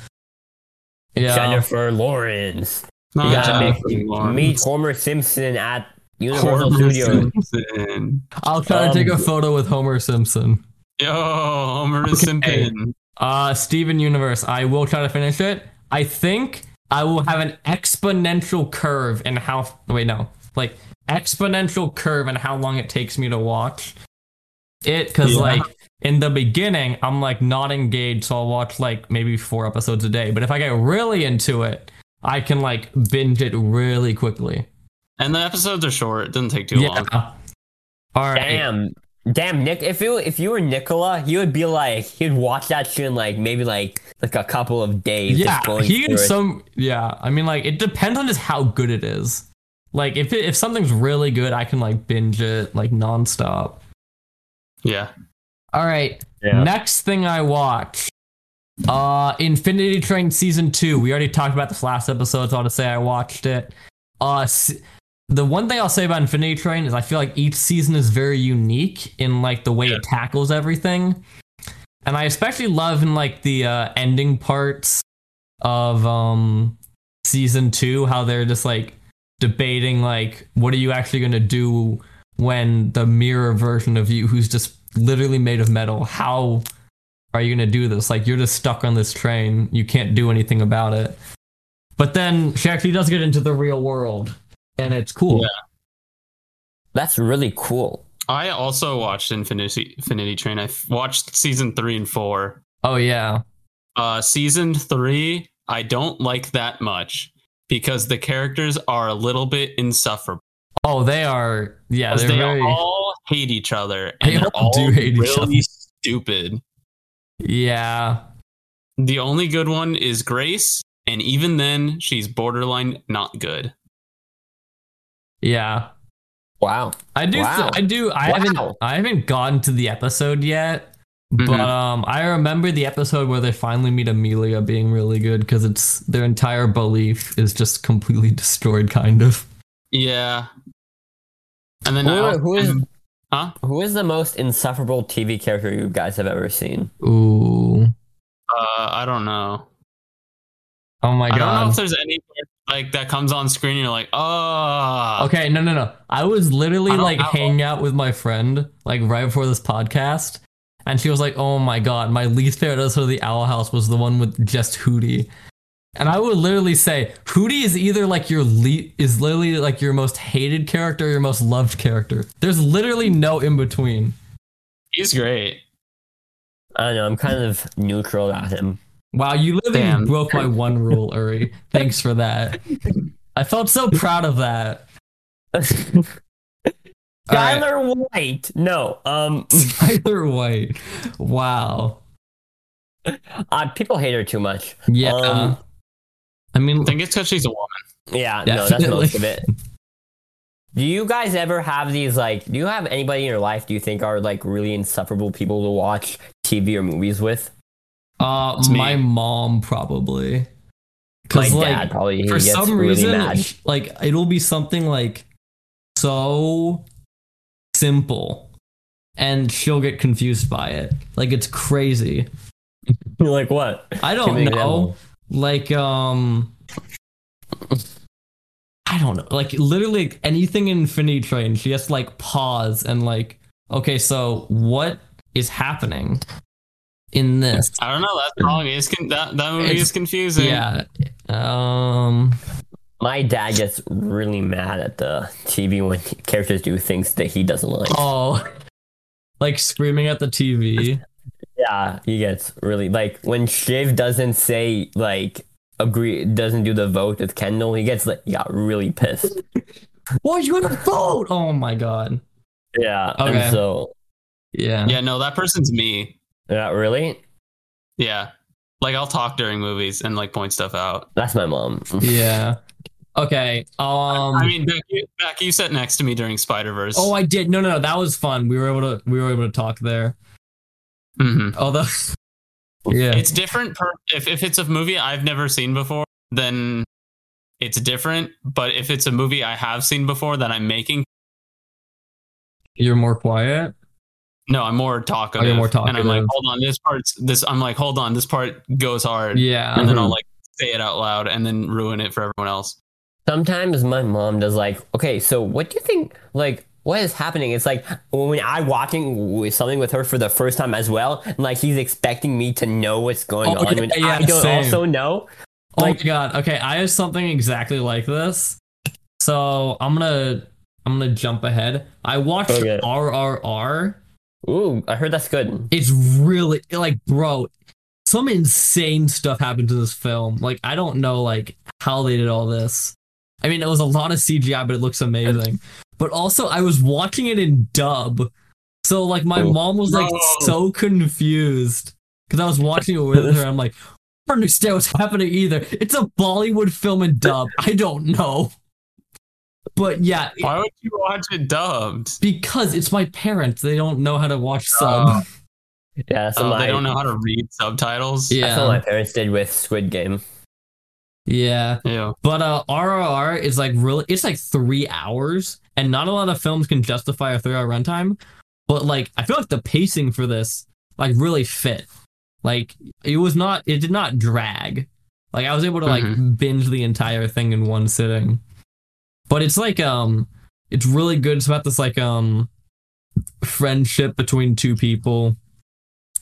Speaker 1: Yeah.
Speaker 3: Jennifer Lawrence. You
Speaker 2: Not
Speaker 3: gotta
Speaker 2: Jennifer Lawrence.
Speaker 3: meet Homer Simpson at Universal
Speaker 2: Homer
Speaker 3: Studios.
Speaker 2: Simpson.
Speaker 1: I'll try
Speaker 3: Um,
Speaker 1: to take a photo with Homer Simpson.
Speaker 2: Yo, Homer Simpson.
Speaker 1: Uh, Steven Universe, I will try to finish it. I think I will have an exponential curve in how. Wait, no. Like, exponential curve in how long it takes me to watch it. Because,
Speaker 2: Yeah.
Speaker 1: like, in the beginning, I'm, like, not engaged. So I'll watch, like, maybe four episodes a day. But if I get really into it, I can, like, binge it really quickly.
Speaker 2: And the episodes are short. It doesn't take too long.
Speaker 1: All right.
Speaker 3: Damn. Damn, Nick. If you if you were Nicola, he would be like he'd watch that shit in like maybe like like a couple of days.
Speaker 1: yeah,
Speaker 3: just going
Speaker 1: he
Speaker 3: through
Speaker 1: and
Speaker 3: it.
Speaker 1: some. Yeah, I mean, like it depends on just how good it is. Like if it, if something's really good, I can like binge it like nonstop.
Speaker 2: Yeah.
Speaker 1: All right,
Speaker 3: Yeah.
Speaker 1: next thing I watch, uh, Infinity Train season two. We already talked about this last episode, so I'll just say I watched it. Uh, s- the one thing I'll say about Infinity Train is I feel like each season is very unique in like the way
Speaker 2: Yeah.
Speaker 1: it tackles everything, and I especially love in like the uh, ending parts of um season two how they're just like debating like what are you actually going to do when the mirror version of you who's just literally made of metal how are you going to do this like you're just stuck on this train you can't do anything about it but then she actually does get into the real world and it's cool
Speaker 2: Yeah.
Speaker 3: That's really cool.
Speaker 2: I also watched Infinity, Infinity Train. I f- watched season three and four.
Speaker 1: oh yeah
Speaker 2: Uh, season three, I don't like that much because the characters are a little bit insufferable.
Speaker 1: oh they are yeah
Speaker 2: 'Cause
Speaker 1: they're
Speaker 2: they
Speaker 1: very
Speaker 2: all hate each other
Speaker 1: They
Speaker 2: and they're
Speaker 1: all
Speaker 2: all
Speaker 1: do hate each
Speaker 2: really stupid.
Speaker 1: yeah
Speaker 2: The only good one is Grace, and even then, she's borderline not good.
Speaker 1: yeah
Speaker 3: Wow.
Speaker 1: I do.
Speaker 3: Wow.
Speaker 1: I do. I haven't.
Speaker 3: Wow.
Speaker 1: I haven't gotten to the episode yet, but
Speaker 2: Mhm.
Speaker 1: um, I remember the episode where they finally meet Amelia being really good because it's their entire belief is just completely destroyed, kind of.
Speaker 2: Yeah. And then
Speaker 3: Who-
Speaker 2: I also-
Speaker 3: who is-
Speaker 2: huh?
Speaker 3: Who is the most insufferable TV character you guys have ever seen?
Speaker 1: Ooh.
Speaker 2: Uh, I don't know.
Speaker 1: Oh my
Speaker 2: I don't know
Speaker 1: Oh god.
Speaker 2: if there's any like that comes on screen, you're like, oh,
Speaker 1: Okay, no, no, no. I was literally
Speaker 2: I don't
Speaker 1: like
Speaker 2: have
Speaker 1: hanging out with my friend like right before this podcast, and she was like, "Oh my god, my least favorite episode of the Owl House was the one with just Hootie," and I would literally say, "Hootie is either like your le- is literally like your most hated character, or your most loved character. There's literally no in between."
Speaker 2: he's great.
Speaker 3: I don't know. I'm kind of neutral on him.
Speaker 1: Wow, you literally
Speaker 2: Damn.
Speaker 1: broke my one rule, Uri. Thanks for that. I felt so proud of that. All right.
Speaker 3: Tyler White. No. Um.
Speaker 1: Tyler White. Wow.
Speaker 3: Uh, people hate her too much.
Speaker 1: Yeah.
Speaker 3: Um,
Speaker 1: I mean,
Speaker 2: I think it's because she's a woman.
Speaker 3: Yeah, no,
Speaker 1: Definitely.
Speaker 3: that's most of it. Do you guys ever have these like? Do you have anybody in your life do you think are like really insufferable people to watch TV or movies with?
Speaker 1: uh,
Speaker 2: It's me.
Speaker 1: my mom probably.
Speaker 3: My
Speaker 1: 'Cause, like,
Speaker 3: dad probably he
Speaker 1: for
Speaker 3: gets
Speaker 1: some
Speaker 3: really
Speaker 1: reason,
Speaker 3: mad.
Speaker 1: sh- like it'll be something like so simple, and she'll get confused by it. Like it's crazy.
Speaker 3: You're like what?
Speaker 1: I
Speaker 3: Give
Speaker 1: don't
Speaker 3: me an
Speaker 1: know.
Speaker 3: example.
Speaker 1: Like um I don't know. Like literally anything in Infinity Train, she has to like pause and like, okay, so what is happening in this?
Speaker 2: I don't know. That probably is con- that that movie
Speaker 1: It's-
Speaker 2: is confusing.
Speaker 1: Yeah. Um
Speaker 3: My dad gets really mad at the TV when characters do things that he doesn't like.
Speaker 1: oh like screaming at the TV.
Speaker 3: Yeah, he gets really like when Shiv doesn't say like agree doesn't do the vote with Kendall. He gets like he got really pissed.
Speaker 1: Why you in a vote? Oh my god.
Speaker 3: Yeah,
Speaker 1: Okay.
Speaker 3: and so
Speaker 1: Yeah.
Speaker 2: yeah. No, that person's me.
Speaker 3: yeah, really,
Speaker 2: Yeah, like I'll talk during movies and like point stuff out.
Speaker 3: that's my mom.
Speaker 1: Yeah. Okay. Um
Speaker 2: I mean, Becky, Becky, you sat next to me during Spider Verse.
Speaker 1: Oh I did. No no no, that was fun. We were able to we were able to talk there.
Speaker 2: hmm
Speaker 1: Although Yeah.
Speaker 2: it's different. Per- if if it's a movie I've never seen before, then it's different. But if it's a movie I have seen before that I'm making,
Speaker 1: You're more quiet.
Speaker 2: no, I'm more talkative.
Speaker 1: Oh, you're more
Speaker 2: And I'm like,
Speaker 1: talkative.
Speaker 2: hold on, this part's this. I'm like, hold on, this part goes hard,
Speaker 1: Yeah.
Speaker 2: and then I'll
Speaker 3: Mhm.
Speaker 2: like say it out loud and then ruin it for everyone else.
Speaker 3: Sometimes my mom does like, okay, so what do you think? Like, what is happening? It's like when I'm watching with something with her for the first time as well, and like he's expecting me to know what's going
Speaker 1: Oh,
Speaker 3: on.
Speaker 1: yeah,
Speaker 3: when
Speaker 1: yeah,
Speaker 3: I don't
Speaker 1: same.
Speaker 3: also know.
Speaker 1: oh
Speaker 3: like-
Speaker 1: my god. Okay, I have something exactly like this. So I'm gonna I'm gonna jump ahead. I watched
Speaker 3: Okay.
Speaker 1: RRR.
Speaker 3: Ooh, I heard that's good.
Speaker 1: It's really like, bro, some insane stuff happened to this film. Like, I don't know like how they did all this. I mean, it was a lot of CGI, but it looks amazing. But also, I was watching it in dub, so like my
Speaker 3: Oh.
Speaker 1: mom was like
Speaker 2: No.
Speaker 1: so confused because I was watching it with her. I'm like, I don't understand what's happening either. It's a Bollywood film in dub. I don't know. But yeah,
Speaker 2: Why would you watch it dubbed?
Speaker 1: because it's my parents, they don't know how to watch sub.
Speaker 2: Oh,
Speaker 3: Yeah, that's what
Speaker 2: oh,
Speaker 3: my,
Speaker 2: they don't know how to read subtitles.
Speaker 3: That's what my parents did with Squid Game.
Speaker 1: yeah.
Speaker 2: Ew.
Speaker 1: But uh, RRR is like really, it's like three hours, and not a lot of films can justify a three-hour runtime. But like, I feel like the pacing for this like really fit. Like, it was not, it did not drag. Like, I was able to like binge the entire thing in one sitting. But it's like, um, it's really good. It's about this like, um, friendship between two people,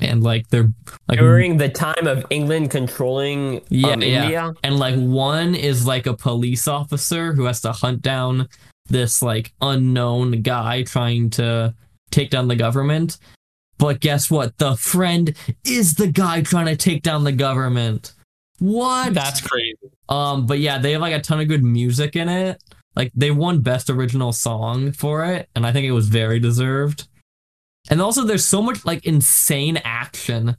Speaker 1: and like they're like
Speaker 3: During the time of England controlling um,
Speaker 1: Yeah, yeah.
Speaker 3: India.
Speaker 1: and like one is like a police officer who has to hunt down this like unknown guy trying to take down the government but guess what the friend is the guy trying to take down the government what
Speaker 2: That's crazy.
Speaker 1: um but yeah they have like a ton of good music in it like they won best original song for it and i think it was very deserved and also there's so much like insane action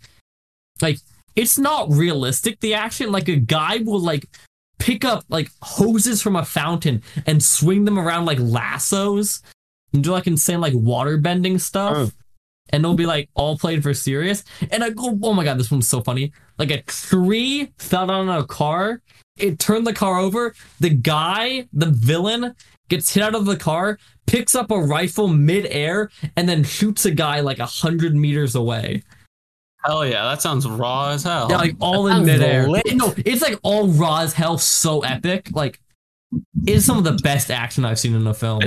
Speaker 1: like it's not realistic the action like a guy will like pick up like hoses from a fountain and swing them around like lassos and do like insane like water bending stuff
Speaker 3: Mm.
Speaker 1: and it'll be like all played for serious and i go oh my god this one's so funny like a tree fell down on a car it turned the car over the guy the villain gets hit out of the car picks up a rifle midair and then shoots a guy like a hundred meters away
Speaker 2: Hell yeah, that sounds raw as hell.
Speaker 1: Yeah, like all
Speaker 3: Oh, That
Speaker 1: in
Speaker 3: sounds
Speaker 1: midair.
Speaker 3: lit.
Speaker 1: No, it's like all raw as hell, so epic. Like, it's some of the best action I've seen in a film.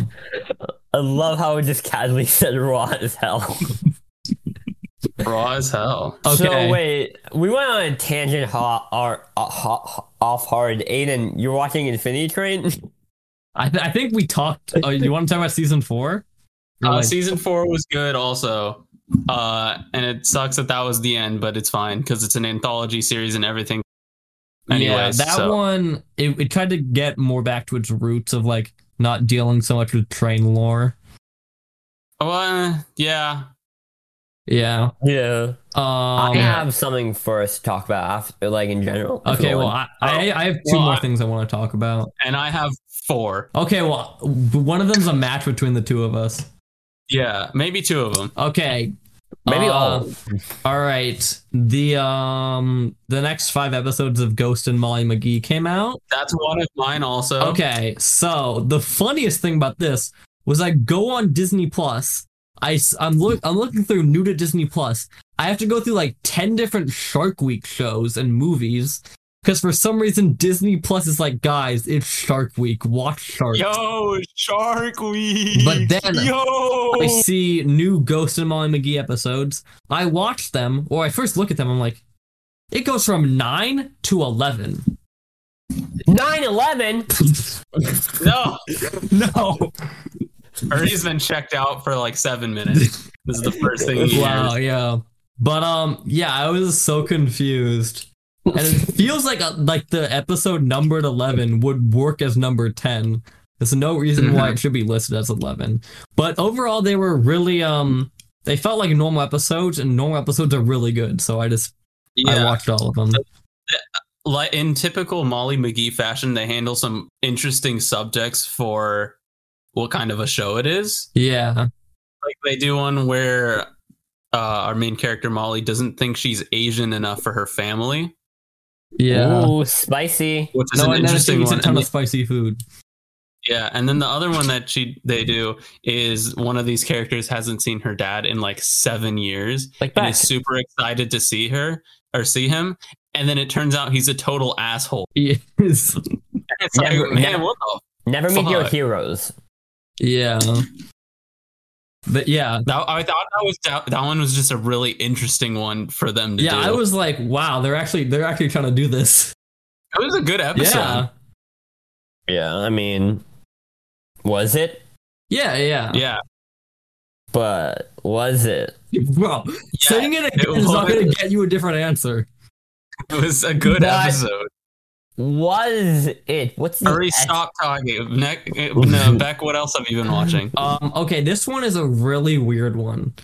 Speaker 3: I love how it just casually said raw as hell.
Speaker 2: raw as hell.
Speaker 1: Okay.
Speaker 3: So wait, we went on a tangent ho- our, uh, ho- off hard. Aiden, you're watching Infinity Train?
Speaker 1: I, th- I think we talked. Oh, you want to talk about season four? Or,
Speaker 2: Uh,
Speaker 1: like-
Speaker 2: season four was good also. Uh, and it sucks that that was the end, but it's fine because it's an anthology series and everything. Anyways,
Speaker 1: yeah, that
Speaker 2: so-
Speaker 1: one it, it tried to get more back to its roots of like not dealing so much with train lore.
Speaker 2: Well, uh, yeah.
Speaker 1: Yeah.
Speaker 3: Yeah. I
Speaker 1: Um,
Speaker 3: have something for us to talk about after, like in general. if
Speaker 1: Okay.
Speaker 3: you
Speaker 1: Well,
Speaker 3: want.
Speaker 1: I, I I have two
Speaker 2: Well,
Speaker 1: more
Speaker 2: I-
Speaker 1: things I want to talk about.
Speaker 2: And I have four.
Speaker 1: Okay. Well, one of them's a match between the two of us.
Speaker 2: Yeah, maybe two of them.
Speaker 1: Okay.
Speaker 3: maybe
Speaker 1: uh,
Speaker 3: all.
Speaker 1: All right. The um the next five episodes of Ghost and Molly McGee came out.
Speaker 2: That's one of mine also.
Speaker 1: Okay, so the funniest thing about this was I go on Disney Plus. I s- I'm look I'm looking through new to Disney Plus. I have to go through like ten different Shark Week shows and movies because for some reason Disney Plus is like, guys, it's Shark Week. Watch Shark.
Speaker 2: Yo, Shark Week.
Speaker 1: But then-
Speaker 2: yo,
Speaker 1: I see new Ghost and Molly McGee episodes. I watch them, or I first look at them. I'm like, it goes from nine to eleven.
Speaker 3: 9 11?
Speaker 2: no.
Speaker 1: No.
Speaker 2: Ernie's been checked out for like seven minutes. This is the first thing he
Speaker 1: Wow,
Speaker 2: hears.
Speaker 1: yeah. But um, yeah, I was so confused, and it feels like uh like the episode numbered eleven would work as number ten. There's no reason why it should be listed as eleven. But overall, they were really um, they felt like normal episodes, and normal episodes are really good. So I just I
Speaker 2: Yeah,
Speaker 1: watched all of them.
Speaker 2: like in typical Molly McGee fashion, they handle some interesting subjects for what kind of a show it is.
Speaker 1: Yeah,
Speaker 2: Like they do one where uh, our main character Molly doesn't think she's Asian enough for her family,
Speaker 1: yeah.
Speaker 3: Ooh, spicy.
Speaker 2: which is an
Speaker 1: and then she
Speaker 2: interesting
Speaker 1: eats
Speaker 2: one.
Speaker 1: a ton
Speaker 2: And
Speaker 1: of spicy food.
Speaker 2: Yeah, and then the other one that she they do is one of these characters hasn't seen her dad in like seven years
Speaker 3: Like
Speaker 2: and
Speaker 3: that.
Speaker 2: is super excited to see her or see him, and then it turns out he's a total asshole.
Speaker 1: Yes.
Speaker 2: It's
Speaker 3: Never-
Speaker 2: like, man,
Speaker 3: never-
Speaker 2: what the
Speaker 3: Never meet your
Speaker 2: Fuck.
Speaker 3: heroes.
Speaker 1: yeah. But yeah,
Speaker 2: That, I thought that was that, that one was just a really interesting one for them to
Speaker 1: yeah.
Speaker 2: do.
Speaker 1: I was like, wow, they're actually they're actually trying to do this.
Speaker 2: It was a good episode.
Speaker 1: Yeah.
Speaker 3: Yeah, I mean, was it?
Speaker 1: Yeah, yeah.
Speaker 2: Yeah.
Speaker 3: But was it?
Speaker 1: Bro, saying it again is not going to get you a different answer.
Speaker 2: It was a good
Speaker 3: But-
Speaker 2: episode.
Speaker 3: Was it? What's the
Speaker 2: Hurry,
Speaker 3: S-
Speaker 2: stop talking. Ne- no, Beck, what else have you been watching?
Speaker 1: Um, okay, this one is a really weird one.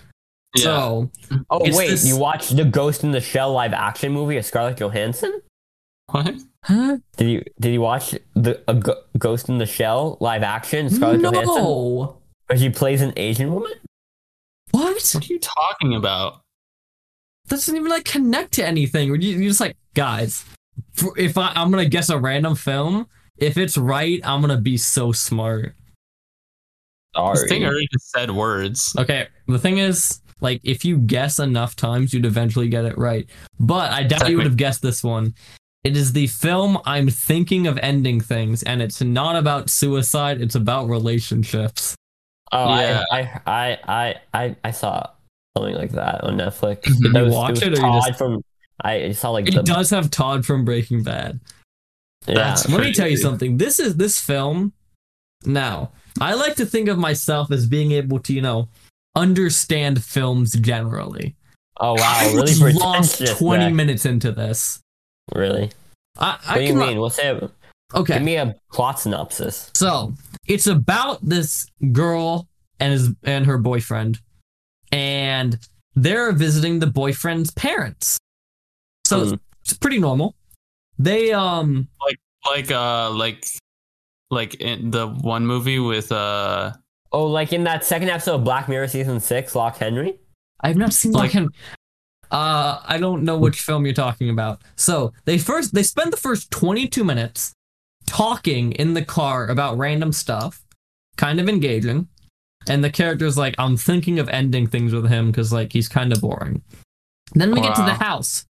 Speaker 2: Yeah.
Speaker 1: So,
Speaker 3: Oh
Speaker 1: It's
Speaker 3: wait,
Speaker 1: this-
Speaker 3: you watched the Ghost in the Shell live action movie of Scarlett Johansson?
Speaker 2: what?
Speaker 1: huh?
Speaker 3: Did you did you watch the a Go- Ghost in the Shell live action Scarlett Johansson?
Speaker 1: no.
Speaker 3: Where she plays an Asian woman?
Speaker 1: What?
Speaker 2: What are you talking about?
Speaker 1: That doesn't even like connect to anything. You- You're just like, guys, for- if I, I'm going to guess a random film, if it's right, I'm going to be so smart.
Speaker 2: This thing
Speaker 3: Sorry.
Speaker 2: already just said words.
Speaker 1: Okay, the thing is, like, if you guess enough times, you'd eventually get it right. But I doubt you would have guessed this one. It is the film I'm thinking of ending things, and it's not about suicide, it's about relationships.
Speaker 3: Oh,
Speaker 2: Yeah.
Speaker 3: I, I, I, I, I, I saw something like that on Netflix.
Speaker 1: Did
Speaker 3: That
Speaker 1: you
Speaker 3: was-
Speaker 1: watch
Speaker 3: was
Speaker 1: it or you
Speaker 3: Todd
Speaker 1: just-
Speaker 3: from? I saw like
Speaker 1: It
Speaker 3: the
Speaker 1: does have Todd from Breaking Bad.
Speaker 3: yeah.
Speaker 2: That's-
Speaker 1: Let me tell you
Speaker 2: crazy.
Speaker 1: something. This is this film. Now, I like to think of myself as being able to, you know, understand films generally.
Speaker 3: Oh wow,
Speaker 1: I
Speaker 3: really
Speaker 1: was lost
Speaker 3: pretentious.
Speaker 1: 20
Speaker 3: Zach.
Speaker 1: minutes into this.
Speaker 3: Really?
Speaker 1: I, I
Speaker 3: What do you
Speaker 1: can
Speaker 3: mean? What's it?
Speaker 1: Okay.
Speaker 3: Give me a plot synopsis.
Speaker 1: So it's about this girl and his and her boyfriend, and they're visiting the boyfriend's parents. So it's-
Speaker 3: Mm.
Speaker 1: it's pretty normal. They um
Speaker 2: Like uh like like in the one movie with uh
Speaker 3: Oh, like in that second episode of Black Mirror season six, Lock Henry.
Speaker 1: I've not seen like
Speaker 2: Like-
Speaker 1: him. Uh, I don't know which film you're talking about. So they first they spend the first 22 minutes talking in the car about random stuff, kind of engaging, and the character's like, "I'm thinking of ending things with him because like he's kind of boring." Then we get to the
Speaker 2: Wow.
Speaker 1: house,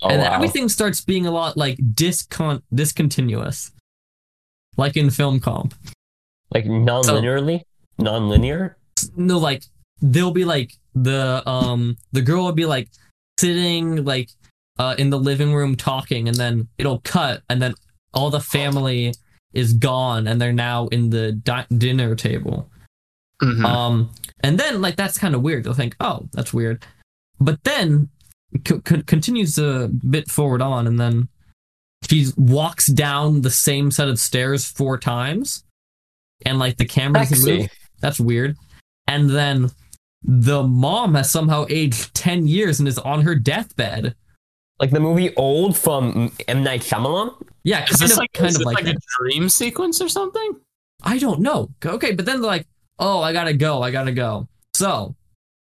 Speaker 3: Oh,
Speaker 1: and
Speaker 3: wow.
Speaker 1: everything starts being a lot like discon- discontinuous, like in film comp.
Speaker 3: like non-linearly, non-linear.
Speaker 1: no like they'll be like the um the girl will be like sitting like uh in the living room talking and then it'll cut and then all the family is gone and they're now in the di- dinner table
Speaker 2: Mhm.
Speaker 3: Mm-hmm.
Speaker 1: um and then like that's kind of weird they'll think oh that's weird but then it co- co- continues a bit forward on and then she walks down the same set of stairs four times and like the cameras move
Speaker 3: Sexy.
Speaker 1: that's weird. And then the mom has somehow aged 10 years and is on her deathbed.
Speaker 3: Like the movie Old from M Night Shyamalan.
Speaker 1: Yeah,
Speaker 2: is
Speaker 1: kind
Speaker 2: this
Speaker 1: of,
Speaker 2: like,
Speaker 1: kind
Speaker 2: is
Speaker 1: of
Speaker 2: this
Speaker 1: like,
Speaker 2: like
Speaker 1: that.
Speaker 2: a dream sequence or something?
Speaker 1: I don't know. Okay, but then they're like, oh, I gotta go, I gotta go. So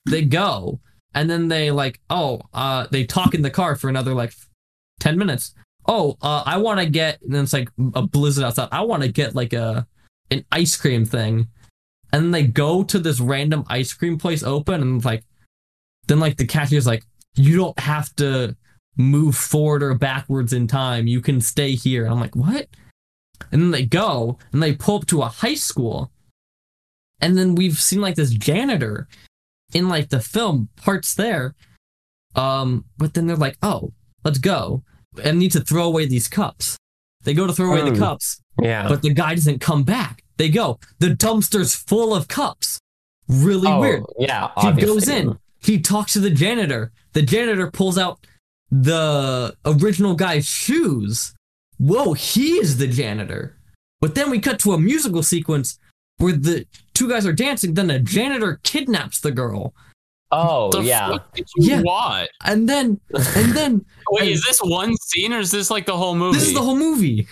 Speaker 1: they go, and then they like, oh, uh, they talk in the car for another like 10 minutes. Oh, uh, I want to get, and then it's like a blizzard outside. I want to get like a an ice cream thing, and then they go to this random ice cream place open, and like, then like the cashier's like, you don't have to move forward or backwards in time. You can stay here. And I'm like, what? And then they go and they pull up to a high school. And then we've seen like this janitor in like the film parts there. Um, but then they're like, oh, let's go. And need to throw away these cups. They go to throw away
Speaker 3: Hmm.
Speaker 1: the cups,
Speaker 3: Yeah.
Speaker 1: but the guy doesn't come back. They go. The dumpster's full of cups. Really
Speaker 3: Oh,
Speaker 1: weird.
Speaker 3: Yeah.
Speaker 1: He
Speaker 3: obviously.
Speaker 1: goes in. He talks to the janitor. The janitor pulls out the original guy's shoes. Whoa, he is the janitor. But then we cut to a musical sequence where the two guys are dancing. Then a janitor kidnaps the girl,
Speaker 3: Oh
Speaker 2: The
Speaker 3: yeah.
Speaker 2: fuck did you
Speaker 1: Yeah.
Speaker 2: watch?
Speaker 1: and then and then
Speaker 2: Wait, is this one scene or is this like the whole movie?
Speaker 1: this is the whole movie.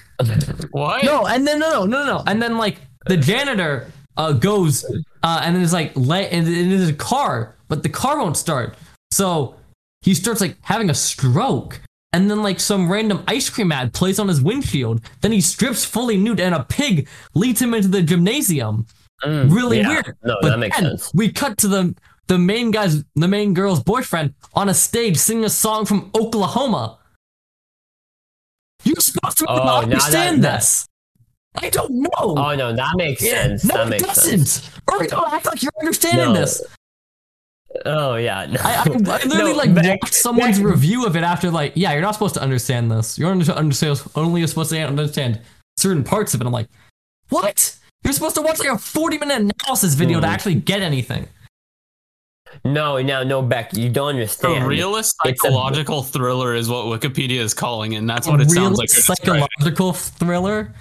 Speaker 2: what?
Speaker 1: No, and then no, no, no, no, and then like the janitor uh, goes uh, and then it's like lay, and it is a car, but the car won't start. So he starts like having a stroke, and then like some random ice cream ad plays on his windshield. Then he strips fully nude, and a pig leads him into the gymnasium.
Speaker 3: Mm,
Speaker 1: Really
Speaker 3: yeah.
Speaker 1: weird.
Speaker 3: No,
Speaker 1: But
Speaker 3: that makes
Speaker 1: then
Speaker 3: sense.
Speaker 1: We cut to the the main guy's the main girl's boyfriend on a stage singing a song from Oklahoma. You're supposed to
Speaker 3: Oh, now that-
Speaker 1: understand
Speaker 3: that-
Speaker 1: this. I don't know.
Speaker 3: Oh no, that makes sense.
Speaker 1: No,
Speaker 3: that
Speaker 1: it
Speaker 3: makes
Speaker 1: doesn't.
Speaker 3: sense.
Speaker 1: Or don't act like you're understanding
Speaker 3: No.
Speaker 1: this.
Speaker 3: Oh yeah. No.
Speaker 1: I, I, I literally
Speaker 3: No,
Speaker 1: like
Speaker 3: back-
Speaker 1: watched someone's
Speaker 3: back-
Speaker 1: review of it after like, yeah, you're not supposed to understand this. You're only, understand, only supposed to understand certain parts of it. I'm like, what? You're supposed to watch like a 40 minute analysis video to
Speaker 3: Hmm.
Speaker 1: actually get anything.
Speaker 3: No, no, no, Beck, you don't understand.
Speaker 2: A realist
Speaker 3: It's a-
Speaker 2: psychological thriller is what Wikipedia is calling it, and that's
Speaker 1: A
Speaker 2: what it
Speaker 1: real
Speaker 2: sounds like.
Speaker 1: psychological thriller.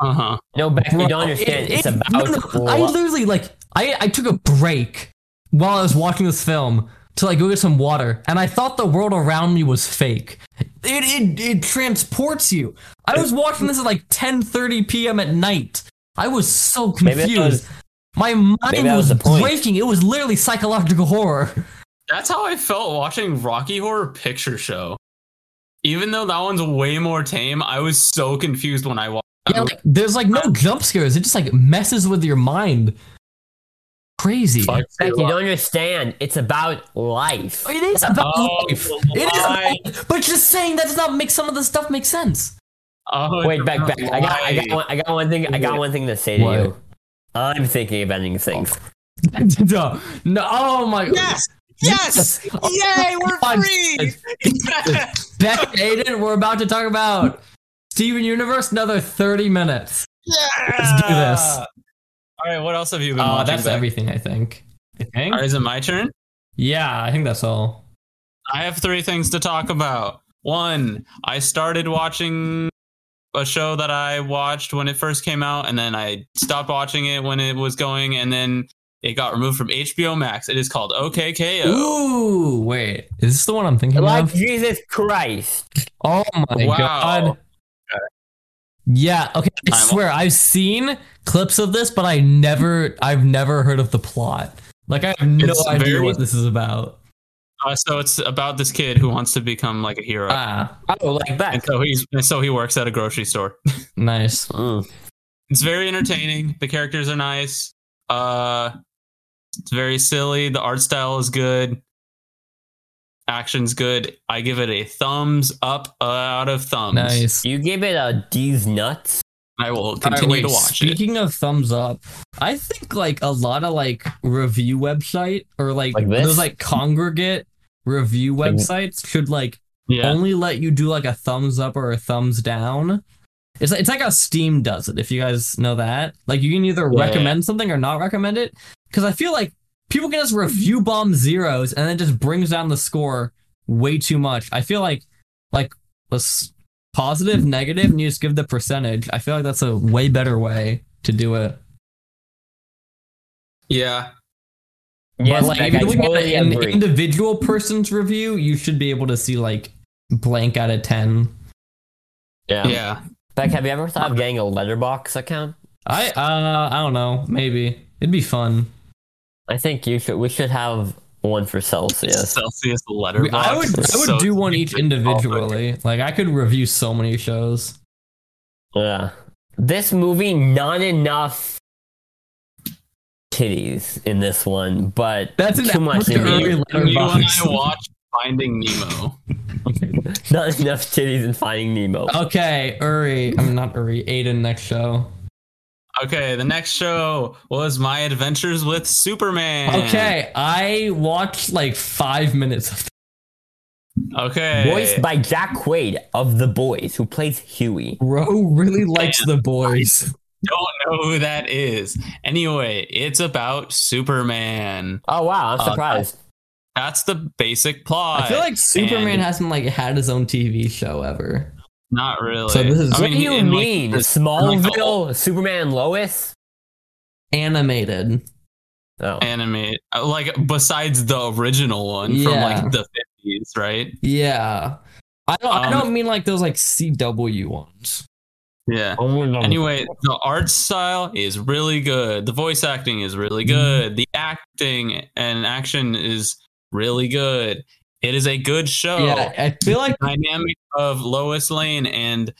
Speaker 2: Uh huh.
Speaker 3: No, Beck, you don't
Speaker 1: Bro,
Speaker 3: understand.
Speaker 1: it-
Speaker 3: it's
Speaker 1: it-
Speaker 3: about.
Speaker 1: no, no, I literally like I, I took a break while I was watching this film to like go get some water, and I thought the world around me was fake. It it, it transports you. I was watching this at like 10:30 p.m. at night. I was so
Speaker 3: Maybe that
Speaker 1: confused.
Speaker 3: was-
Speaker 1: My mind
Speaker 3: maybe that
Speaker 1: was,
Speaker 3: was the point.
Speaker 1: breaking. It was literally psychological horror.
Speaker 2: That's how I felt watching Rocky Horror Picture Show. Even though that one's way more tame, I was so confused when I watched. that
Speaker 1: Yeah,
Speaker 2: movie.
Speaker 1: like, there's like no jump scares. It just like messes with your mind. Crazy.
Speaker 2: Fuck
Speaker 3: Beck, you
Speaker 2: you.
Speaker 3: don't understand. It's about life.
Speaker 1: It is about
Speaker 2: Oh,
Speaker 1: life. It is about
Speaker 2: life.
Speaker 1: life. But just saying that does not make some of the stuff make sense.
Speaker 2: Oh,
Speaker 3: Wait, Beck, Beck, I got, I got, one, I got one thing. I got one thing to say to
Speaker 1: What?
Speaker 3: you. I'm thinking of ending things.
Speaker 1: no, no. Oh my.
Speaker 2: Yes! Yes!
Speaker 1: Oh,
Speaker 2: Yay,
Speaker 1: God.
Speaker 2: we're free! Yes!
Speaker 1: Beck Aiden, we're about to talk about Steven Universe. Another thirty minutes. Let's do this.
Speaker 2: All right, what else have you been
Speaker 1: Uh,
Speaker 2: watching?
Speaker 1: that's
Speaker 2: Beck?
Speaker 1: everything. I think. I think.
Speaker 2: All right, is it my turn?
Speaker 1: Yeah, I think that's all.
Speaker 2: I have three things to talk about. One, I started watching a show that I watched when it first came out, and then I stopped watching it when it was going, and then it got removed from HBO Max. It is called OKKO.
Speaker 1: Ooh, wait. Is this the one I'm thinking
Speaker 3: Like
Speaker 1: of?
Speaker 3: Jesus Christ.
Speaker 1: Oh my
Speaker 2: Wow.
Speaker 1: god. Yeah. Okay. I
Speaker 2: I'm-
Speaker 1: swear, I've seen clips of this, but I never, I've never heard of the plot. Like, I have no
Speaker 2: It's
Speaker 1: idea
Speaker 2: very-
Speaker 1: what this is about.
Speaker 2: Uh, so it's about this kid who wants to become like a hero,
Speaker 1: Ah,
Speaker 3: Oh, like
Speaker 2: and
Speaker 3: Beck.
Speaker 2: so he's and so he works at a grocery store.
Speaker 1: nice.
Speaker 3: Mm.
Speaker 2: it's very entertaining. The characters are nice. Uh, it's very silly. The art style is good. Action's good. I give it a thumbs up out of thumbs.
Speaker 1: Nice.
Speaker 3: You give it a D's nuts.
Speaker 2: I will
Speaker 1: All right,
Speaker 2: continue
Speaker 1: wait,
Speaker 2: to watch it.
Speaker 1: Speaking of thumbs up, I think like a lot of like review website or like,
Speaker 3: Like this?
Speaker 1: those like congregate review
Speaker 3: Like-
Speaker 1: websites should like
Speaker 2: Yeah.
Speaker 1: only let you do like a thumbs up or a thumbs down. It's like, it's like how Steam does it. If you guys know that, like you can either
Speaker 2: Yeah.
Speaker 1: recommend something or not recommend it. Because I feel like people can just review bomb zeros and it just brings down the score way too much. I feel like like let's positive, negative, and you just give the percentage. I feel like that's a way better way to do it.
Speaker 2: Yeah.
Speaker 1: but like,
Speaker 3: Beck,
Speaker 1: if you're looking
Speaker 3: totally
Speaker 1: at an
Speaker 3: agree.
Speaker 1: individual person's review, you should be able to see like blank out of ten.
Speaker 3: yeah.
Speaker 2: Yeah.
Speaker 3: Beck, have you ever thought of getting a letterbox account?
Speaker 1: I uh I don't know. Maybe it'd be fun.
Speaker 3: I think you should. We should have one for Celsius.
Speaker 2: Celsius
Speaker 1: We-
Speaker 2: letterbox.
Speaker 1: I would I would
Speaker 2: is so
Speaker 1: do one each
Speaker 2: stupid.
Speaker 1: individually. Like I could review so many shows.
Speaker 3: Yeah. This movie, not enough titties in this one, but
Speaker 1: That's an
Speaker 3: too much.
Speaker 1: effort to
Speaker 3: in the-
Speaker 1: earn
Speaker 2: You and I
Speaker 1: Letterboxd.
Speaker 2: watched Finding Nemo.
Speaker 3: Not enough titties in Finding Nemo.
Speaker 1: Okay, Uri. I'm not Uri. Aiden next show.
Speaker 2: Okay, the next show was My Adventures with Superman.
Speaker 1: Okay, I watched like five minutes of.
Speaker 2: Okay.
Speaker 3: Voiced by Jack Quaid of The Boys, who plays Huey.
Speaker 1: Bro really likes the boys.
Speaker 2: Don't know who that is. Anyway, it's about Superman.
Speaker 3: Oh wow, I'm
Speaker 2: Uh,
Speaker 3: surprised.
Speaker 2: That's the basic plot.
Speaker 1: I feel like Superman
Speaker 2: and-
Speaker 1: hasn't like had his own TV show ever.
Speaker 2: not really.
Speaker 1: So this is-
Speaker 2: I
Speaker 3: what do
Speaker 2: mean,
Speaker 3: you
Speaker 2: in, like,
Speaker 3: mean?
Speaker 2: the- like, the
Speaker 3: Smallville,
Speaker 2: whole-
Speaker 3: Superman, and Lois.
Speaker 1: Animated.
Speaker 3: Oh,
Speaker 2: anime uh, like besides the original one from
Speaker 1: Yeah.
Speaker 2: like the 50s right
Speaker 1: Yeah. I don't. I
Speaker 2: Um,
Speaker 1: don't mean like those like CW ones.
Speaker 2: yeah
Speaker 1: Oh.
Speaker 2: anyway the art style is really good the voice acting is really
Speaker 1: Mm-hmm.
Speaker 2: good the acting and action is really good it is a good show
Speaker 1: Yeah, I feel like
Speaker 2: dynamic of lois lane and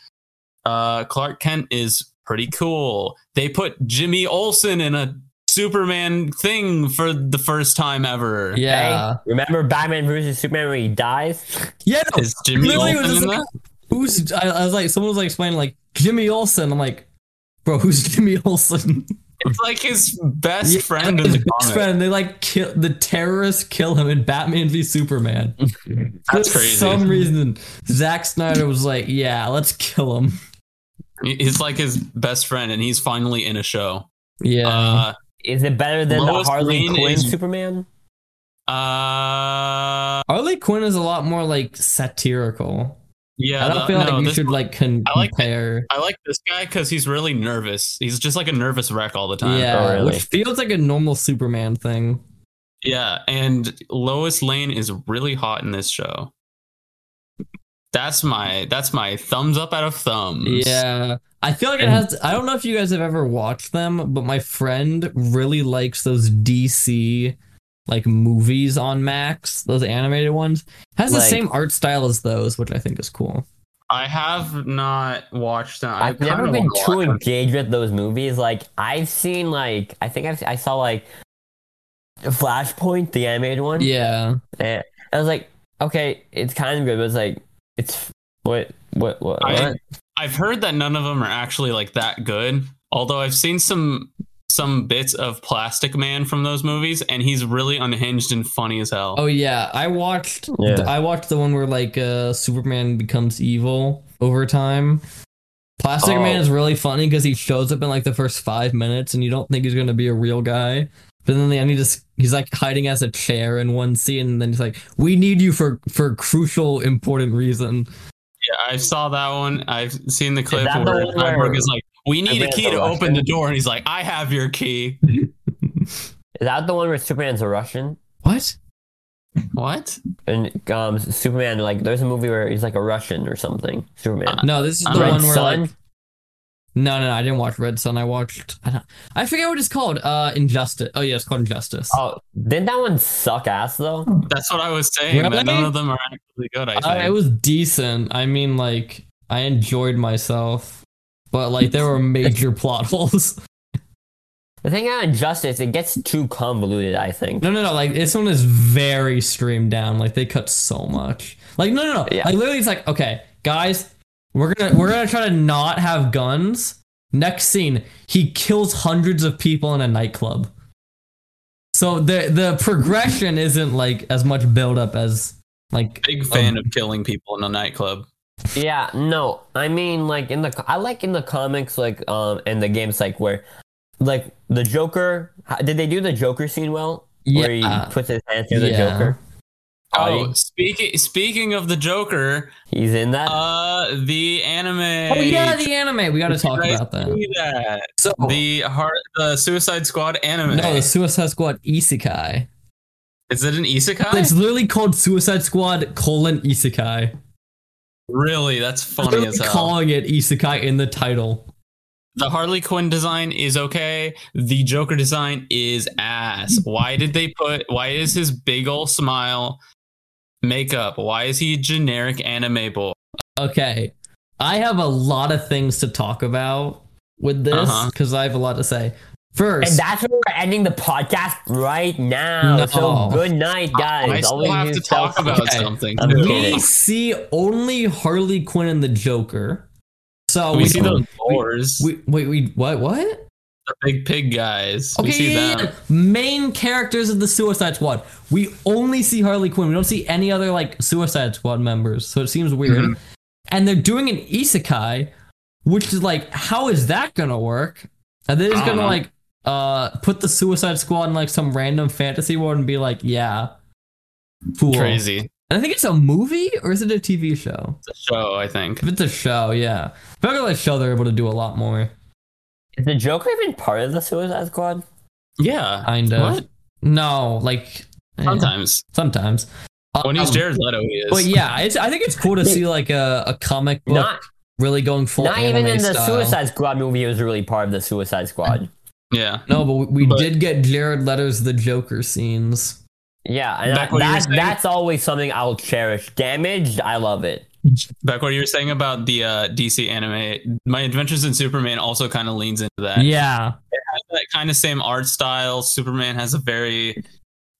Speaker 2: uh clark kent is pretty cool they put jimmy olsen in a superman thing for the first time ever
Speaker 1: yeah.
Speaker 3: remember Batman versus Superman when he dies?
Speaker 1: Yeah, no,
Speaker 2: is jimmy
Speaker 1: Literally, it was
Speaker 2: olsen
Speaker 1: just
Speaker 2: in
Speaker 1: like-
Speaker 2: that
Speaker 1: who's I, I was like someone was like explaining like Jimmy Olsen. I'm like, bro, who's Jimmy Olsen?
Speaker 2: It's like his best
Speaker 1: Yeah,
Speaker 2: friend in
Speaker 1: his
Speaker 2: the
Speaker 1: best
Speaker 2: comic.
Speaker 1: friend. They like kill the terrorists kill him in Batman v Superman.
Speaker 2: That's
Speaker 1: For
Speaker 2: crazy.
Speaker 1: some reason, Zack Snyder was like, yeah, let's kill him.
Speaker 2: He's like his best friend, and he's finally in a show.
Speaker 1: Yeah.
Speaker 2: Uh,
Speaker 3: Is it better than
Speaker 2: Lois
Speaker 3: the Harley
Speaker 2: Lane
Speaker 3: Quinn
Speaker 2: is-
Speaker 3: Superman?
Speaker 2: uh,
Speaker 1: Harley Quinn is a lot more like satirical.
Speaker 2: yeah.
Speaker 1: I don't
Speaker 2: the-
Speaker 1: feel
Speaker 2: no,
Speaker 1: like you
Speaker 2: this
Speaker 1: should
Speaker 2: one-
Speaker 1: like con-
Speaker 2: I like that.
Speaker 1: compare.
Speaker 2: I like this guy because he's really nervous. He's just like a nervous wreck all the time. oh,
Speaker 1: yeah,
Speaker 3: really.
Speaker 1: which feels like a normal Superman thing.
Speaker 2: Yeah, and Lois Lane is really hot in this show. That's my that's my thumbs up out of thumbs.
Speaker 1: Yeah. I feel like it
Speaker 2: And-
Speaker 1: has. I don't know if you guys have ever watched them, but my friend really likes those DC like movies on Max, those animated ones. Has the
Speaker 3: Like-
Speaker 1: same art style as those, which I think is cool.
Speaker 2: I have not watched that. I
Speaker 3: I've never
Speaker 2: kinda
Speaker 3: been
Speaker 2: wanna
Speaker 3: too
Speaker 2: watch it.
Speaker 3: engaged with those movies. Like I've seen, like I think I've, I saw like Flashpoint, the animated one.
Speaker 1: Yeah.
Speaker 3: And I was like, okay, it's kind of good, but it's like, it's what, what, what?
Speaker 2: I-
Speaker 3: what?
Speaker 2: I've heard that none of them are actually like that good. Although I've seen some some bits of Plastic Man from those movies, and he's really unhinged and funny as hell.
Speaker 1: Oh yeah. I watched.
Speaker 3: Yeah.
Speaker 1: I watched the one where like uh, Superman becomes evil over time. Plastic
Speaker 3: Oh.
Speaker 1: Man is really funny because he shows up in like the first five minutes, and you don't think he's gonna be a real guy. But then in the end, he just he's like hiding as a chair in one scene, and then he's like, "We need you for for crucial important reason."
Speaker 2: Yeah, I saw that one. I've seen the clip
Speaker 3: that the
Speaker 2: where
Speaker 3: one
Speaker 2: Cyborg
Speaker 3: where-
Speaker 2: is like, "We need a
Speaker 3: read
Speaker 2: key to
Speaker 3: about
Speaker 2: open
Speaker 3: that.
Speaker 2: the door," and he's like, "I have your key."
Speaker 3: Is that the one where Superman's a Russian?
Speaker 1: What?
Speaker 2: What?
Speaker 3: And um, Superman, like, there's a movie where he's like a Russian or something. Superman.
Speaker 1: No, this is the
Speaker 2: Red
Speaker 1: one where
Speaker 3: Sun?
Speaker 1: like no, no, no, I didn't watch Red Sun. I watched I, don't, I forget what it's called. Uh, Injustice. Oh yeah, it's called Injustice.
Speaker 3: oh, didn't that one suck ass though?
Speaker 2: That's what I was saying.
Speaker 1: Really?
Speaker 2: But none of them are actually good. I think.
Speaker 1: Uh, it was decent. I mean, like, I enjoyed myself, but like, there were major plot holes.
Speaker 3: The thing about Injustice, it gets too convoluted. I think.
Speaker 1: No, no, no. Like this one is very streamed down. Like they cut so much. Like no, no, no.
Speaker 3: Yeah.
Speaker 1: Like literally, it's like okay, guys, we're gonna we're gonna try to not have guns. Next scene, he kills hundreds of people in a nightclub. So the the progression isn't like as much build up as like
Speaker 2: Big fan of killing people in a nightclub.
Speaker 3: Yeah, no, I mean like in the co- I like in the comics like um and the games like where like the Joker how, did they do the Joker scene well where he
Speaker 1: Yeah.
Speaker 3: puts his hand through the
Speaker 1: Yeah.
Speaker 3: Joker.
Speaker 2: Oh,
Speaker 3: Oh,
Speaker 2: speaking speaking of the Joker,
Speaker 3: he's in that.
Speaker 2: uh, the anime.
Speaker 1: oh yeah, the anime. We got to talk about that.
Speaker 2: See that.
Speaker 1: So
Speaker 2: The heart, the Suicide Squad anime.
Speaker 1: no, the Suicide Squad Isekai.
Speaker 2: Is it an isekai?
Speaker 1: It's literally called Suicide Squad colon Isekai.
Speaker 2: really, that's funny
Speaker 1: Literally
Speaker 2: as hell.
Speaker 1: calling it Isekai in the title.
Speaker 2: the Harley Quinn design is okay. The Joker design is ass. Why did they put? Why is his big ol' smile makeup? Why is he a generic anime boy?
Speaker 1: Okay. I have a lot of things to talk about with this
Speaker 2: Uh-huh.
Speaker 1: because I have a lot to say. First,
Speaker 3: and that's where we're ending the podcast right now.
Speaker 1: No.
Speaker 3: So good night, guys.
Speaker 2: I still
Speaker 3: Always
Speaker 2: have
Speaker 3: use
Speaker 2: to talk
Speaker 3: self-
Speaker 2: about
Speaker 1: Okay.
Speaker 2: something.
Speaker 3: I'm
Speaker 2: too.
Speaker 3: kidding.
Speaker 1: we see only Harley Quinn and the Joker. So
Speaker 2: We,
Speaker 1: we,
Speaker 2: see
Speaker 1: don't-
Speaker 2: those boars,
Speaker 1: We, wait, we what? What?
Speaker 2: the big pig guys. we see
Speaker 1: yeah,
Speaker 2: them.
Speaker 1: yeah, yeah. main characters of the Suicide Squad. We only see Harley Quinn. We don't see any other like Suicide Squad members. So it seems weird.
Speaker 2: Mhm.
Speaker 1: And they're doing an isekai, which is like, how is that gonna work? And they're just
Speaker 2: I don't
Speaker 1: gonna
Speaker 2: know.
Speaker 1: like uh put the Suicide Squad in like some random fantasy world and be like, yeah, cool.
Speaker 2: Crazy.
Speaker 1: And I think it's a movie or is it a TV show?
Speaker 2: It's a show, I think.
Speaker 1: If it's a show, yeah. If I go to a show, they're able to do a lot more.
Speaker 3: Is the Joker even part of the Suicide Squad?
Speaker 2: Yeah.
Speaker 1: Kind of.
Speaker 2: What?
Speaker 1: No, like eh,
Speaker 2: Sometimes.
Speaker 1: Sometimes.
Speaker 2: When he's
Speaker 1: Um,
Speaker 2: Jared Leto, he is.
Speaker 1: But yeah, it's, I think it's cool to see like a, a comic book
Speaker 3: Not,
Speaker 1: really going full.
Speaker 3: not even
Speaker 1: anime
Speaker 3: in the
Speaker 1: style.
Speaker 3: Suicide Squad movie. It was really part of the Suicide Squad.
Speaker 2: Yeah.
Speaker 1: No, but we, we
Speaker 2: But-
Speaker 1: did get Jared Leto's the Joker scenes.
Speaker 3: Yeah, and
Speaker 2: Back
Speaker 3: that,
Speaker 2: what you were
Speaker 3: that,
Speaker 2: saying?
Speaker 3: that's always something I'll cherish. Damaged, I love it.
Speaker 2: Back what you were saying about the uh, DC anime, My Adventures in Superman also kind of leans into that.
Speaker 1: Yeah,
Speaker 2: Has that kind of same art style. Superman has a very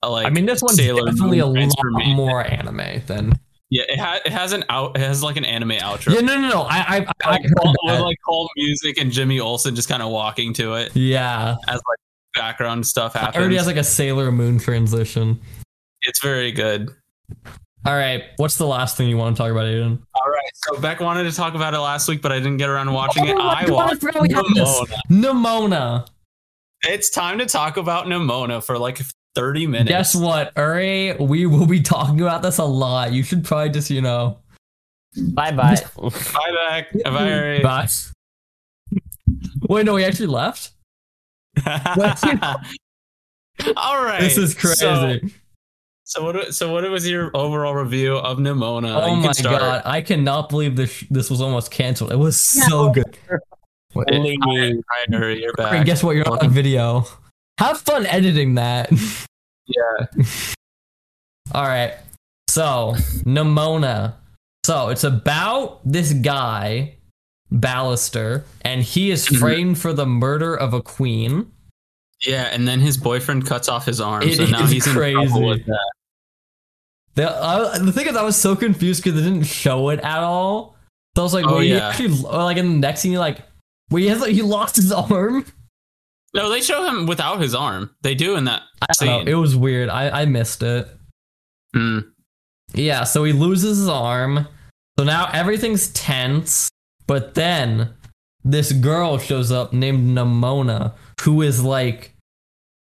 Speaker 2: uh, like.
Speaker 1: I mean this one's
Speaker 2: Sailor
Speaker 1: definitely a
Speaker 2: Moon
Speaker 1: lot
Speaker 2: transformation.
Speaker 1: more anime than.
Speaker 2: Yeah, it, ha- it has an out. It has like an anime outro.
Speaker 1: Yeah, no, no, no. I, I, I, I
Speaker 2: like,
Speaker 1: heard
Speaker 2: all- with
Speaker 1: that.
Speaker 2: like calm music and Jimmy Olsen just kind of walking to it
Speaker 1: yeah,
Speaker 2: as like background stuff
Speaker 1: it
Speaker 2: happens.
Speaker 1: already has like a Sailor Moon transition.
Speaker 2: it's very good.
Speaker 1: All right, what's the last thing you want to talk about, Aiden?
Speaker 2: All right, so Beck wanted to talk about it last week, but I didn't get around to watching it.
Speaker 1: Oh my
Speaker 2: I
Speaker 1: God,
Speaker 2: watched
Speaker 1: forgot we had this.
Speaker 2: Nimona.
Speaker 1: Nimona.
Speaker 2: It's time to talk about Nimona for like 30 minutes.
Speaker 1: Guess what, Uri? We will be talking about this a lot. You should probably just, you know,
Speaker 3: Bye bye.
Speaker 2: Bye, Beck. Bye, Ari.
Speaker 1: Bye. Wait, no, he actually left.
Speaker 2: All right.
Speaker 1: This is crazy.
Speaker 2: So, uh, so what? So what was your overall review of Nimona? You
Speaker 1: oh
Speaker 2: can
Speaker 1: my
Speaker 2: start.
Speaker 1: god, I cannot believe this. This was almost canceled. It was so good.
Speaker 3: Only
Speaker 2: All
Speaker 3: me.
Speaker 2: right, all right, Ari, you're
Speaker 1: Hey,
Speaker 2: back.
Speaker 1: guess what? You're on video. Have fun editing that.
Speaker 2: Yeah.
Speaker 1: All right. So, Nimona. So it's about this guy, Ballister, and he is
Speaker 2: Mhm.
Speaker 1: framed for the murder of a queen.
Speaker 2: Yeah, and then his boyfriend cuts off his arm,
Speaker 1: It
Speaker 2: so now
Speaker 1: is
Speaker 2: he's in
Speaker 1: crazy.
Speaker 2: trouble with that.
Speaker 1: The, I, the thing is, I was so confused because they didn't show it at all. So I was like,
Speaker 2: Oh,
Speaker 1: oh, wait,
Speaker 2: yeah.
Speaker 1: he actually, or, like in the next scene, you're like, wait, he, has, he lost his arm?
Speaker 2: No, they show him without his arm. They do in that
Speaker 1: I don't
Speaker 2: scene.
Speaker 1: know. It was weird. I, I missed it.
Speaker 2: Mm.
Speaker 1: Yeah, so he loses his arm. So now everything's tense. But then this girl shows up named Nimona, who is like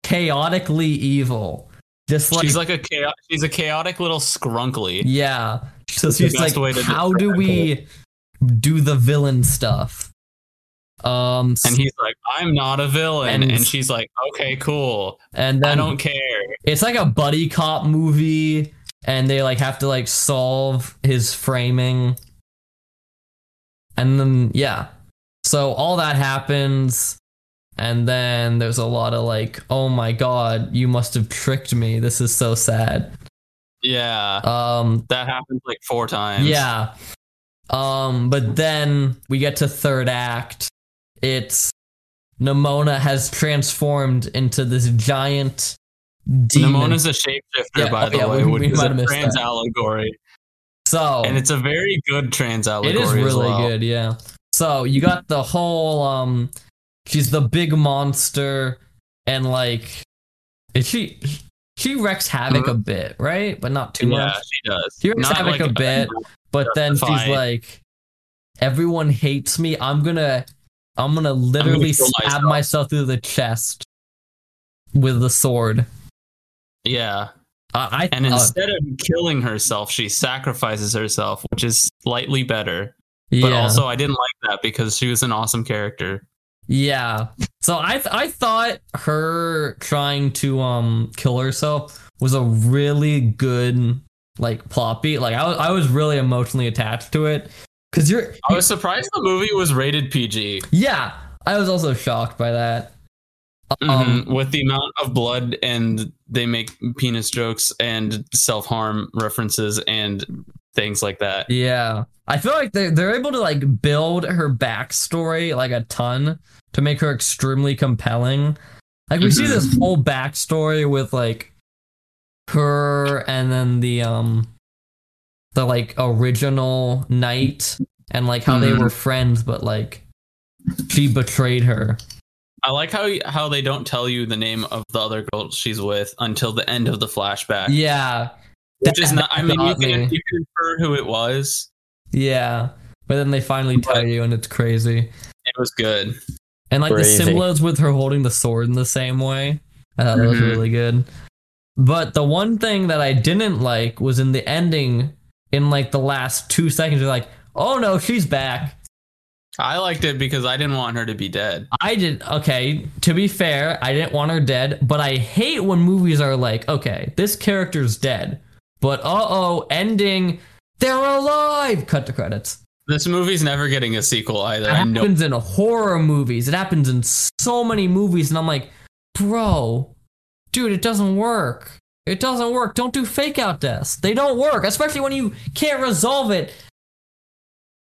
Speaker 1: chaotically evil. Just like,
Speaker 2: she's like a chaotic, she's a chaotic little scrunkly.
Speaker 1: yeah. So
Speaker 2: That's the
Speaker 1: she's
Speaker 2: best
Speaker 1: like,
Speaker 2: way to
Speaker 1: how do we do the villain stuff? Um,
Speaker 2: And he's like, I'm not a villain.
Speaker 1: And-
Speaker 2: And, she's like, okay, cool.
Speaker 1: and then
Speaker 2: I don't care.
Speaker 1: it's like a buddy cop movie and they like have to like solve his framing and then yeah so all that happens and then there's a lot of like oh my god you must have tricked me this is so sad
Speaker 2: Yeah.
Speaker 1: um
Speaker 2: That happens like four times.
Speaker 1: yeah um but then we get to third act it's Nimona has transformed into this giant demon.
Speaker 2: Nimona's a shapeshifter,
Speaker 1: Yeah,
Speaker 2: by
Speaker 1: oh,
Speaker 2: the
Speaker 1: yeah,
Speaker 2: way,
Speaker 1: we-
Speaker 2: which
Speaker 1: we
Speaker 2: is
Speaker 1: might have
Speaker 2: a
Speaker 1: missed
Speaker 2: trans
Speaker 1: that.
Speaker 2: allegory,
Speaker 1: so
Speaker 2: and it's a very good trans
Speaker 1: It
Speaker 2: allegory.
Speaker 1: is really
Speaker 2: as well.
Speaker 1: good, yeah. So you got the whole um she's the big monster and like is she she wrecks havoc a bit, right? But not too
Speaker 2: Mm-hmm. Yeah,
Speaker 1: much.
Speaker 2: she does.
Speaker 1: She wrecks
Speaker 2: Not like
Speaker 1: havoc a bit, but then she's
Speaker 2: justified.
Speaker 1: like everyone hates me. I'm gonna I'm gonna literally
Speaker 2: kill
Speaker 1: stab
Speaker 2: myself."
Speaker 1: myself through the chest with the sword.
Speaker 2: Yeah,
Speaker 1: I, I
Speaker 2: and
Speaker 1: uh,
Speaker 2: instead of killing herself, she sacrifices herself, which is slightly better. But
Speaker 1: yeah.
Speaker 2: also, I didn't like that because she was an awesome character.
Speaker 1: Yeah. So I th- I thought her trying to um kill herself was a really good like plot beat. Like I was I was really emotionally attached to it because you're
Speaker 2: I was surprised the movie was rated PG
Speaker 1: yeah. I was also shocked by that. Um,
Speaker 2: Mhm, with the amount of blood and they make penis jokes and self harm references and things like that.
Speaker 1: Yeah. I feel like they they're able to like build her backstory like a ton to make her extremely compelling. Like we see
Speaker 2: Mhm.
Speaker 1: this whole backstory with like her and then the um the like original knight and like how they
Speaker 2: Mhm.
Speaker 1: were friends but like she betrayed her.
Speaker 2: I like how how they don't tell you the name of the other girl she's with until the end of the flashback.
Speaker 1: Yeah.
Speaker 2: which is not. I mean, you
Speaker 1: got me.
Speaker 2: can, you can infer who it was.
Speaker 1: Yeah. But then they finally tell you and it's crazy.
Speaker 2: It was good.
Speaker 1: And like
Speaker 3: Crazy.
Speaker 1: the symbolo's with her holding the sword in the same way. I thought that was
Speaker 2: Mhm.
Speaker 1: really good. But the one thing that I didn't like was in the ending, in like the last two seconds, you're like, oh no, she's back.
Speaker 2: I liked it because I didn't want her to be dead.
Speaker 1: I did okay, to be fair, I didn't want her dead, but I hate when movies are like, okay, this character's dead. But uh oh, ending, they're alive. Cut to credits.
Speaker 2: This movie's never getting a sequel either.
Speaker 1: It
Speaker 2: I know.
Speaker 1: happens in horror movies. It happens in so many movies, and I'm like, bro, dude, it doesn't work. It doesn't work. Don't do fake out deaths. They don't work, especially when you can't resolve it.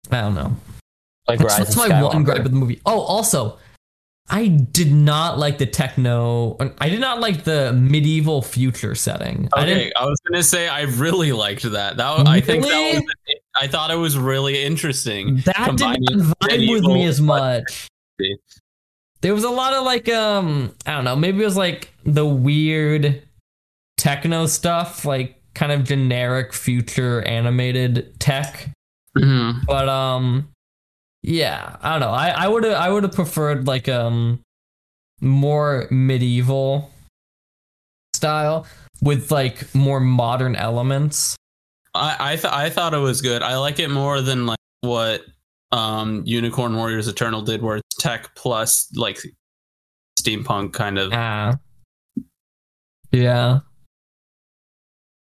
Speaker 1: I don't know.
Speaker 3: Like
Speaker 1: That's,
Speaker 3: Rise
Speaker 1: that's
Speaker 3: of
Speaker 1: my one gripe
Speaker 3: Skywalker.
Speaker 1: with the movie. Oh, also, I did not like the techno. I did not like the medieval future setting. I
Speaker 2: Okay,
Speaker 1: didn't.
Speaker 2: I, was gonna say I really liked that. That was- I think that was,
Speaker 1: Really?
Speaker 2: I thought it was really interesting.
Speaker 1: That
Speaker 2: combining
Speaker 1: did not vibe with
Speaker 2: medieval-
Speaker 1: me as much.
Speaker 2: Yeah.
Speaker 1: There was a lot of like um I don't know, maybe it was like the weird techno stuff, like kind of generic future animated tech.
Speaker 2: Mhm.
Speaker 1: But um yeah, I don't know. I I would have I would have preferred like um more medieval style with like more modern elements.
Speaker 2: I I, th- I thought it was good. I like it more than like what um Unicorn Warriors Eternal did, where it's tech plus like steampunk kind of.
Speaker 1: Ah. Yeah.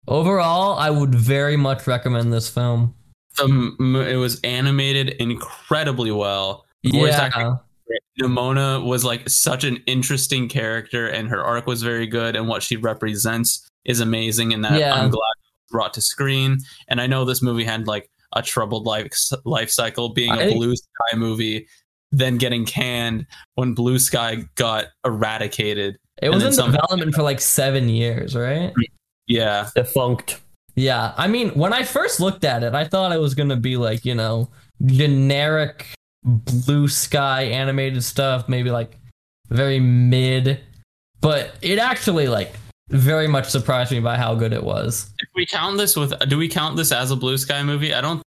Speaker 1: Overall, I would very much recommend this film.
Speaker 2: The m- it was animated incredibly well. The voice acting
Speaker 1: Yeah.
Speaker 2: Nimona was like such an interesting character, and her arc was very good, and what she represents is amazing, and that
Speaker 1: Yeah.
Speaker 2: I'm glad it was brought to screen. And I know this movie had like a troubled life life cycle, being a
Speaker 1: I-
Speaker 2: Blue Sky movie, then getting canned when Blue Sky got eradicated.
Speaker 1: It
Speaker 2: and
Speaker 1: was
Speaker 2: then
Speaker 1: in
Speaker 2: some-
Speaker 1: development for like seven years, right?
Speaker 2: Yeah,
Speaker 3: Defunct.
Speaker 1: Yeah. I mean, when I first looked at it, I thought it was going to be like, you know, generic blue sky animated stuff, maybe like very mid. But it actually, like, very much surprised me by how good it was.
Speaker 2: if we count this with, do we count this as a Blue Sky movie? I don't.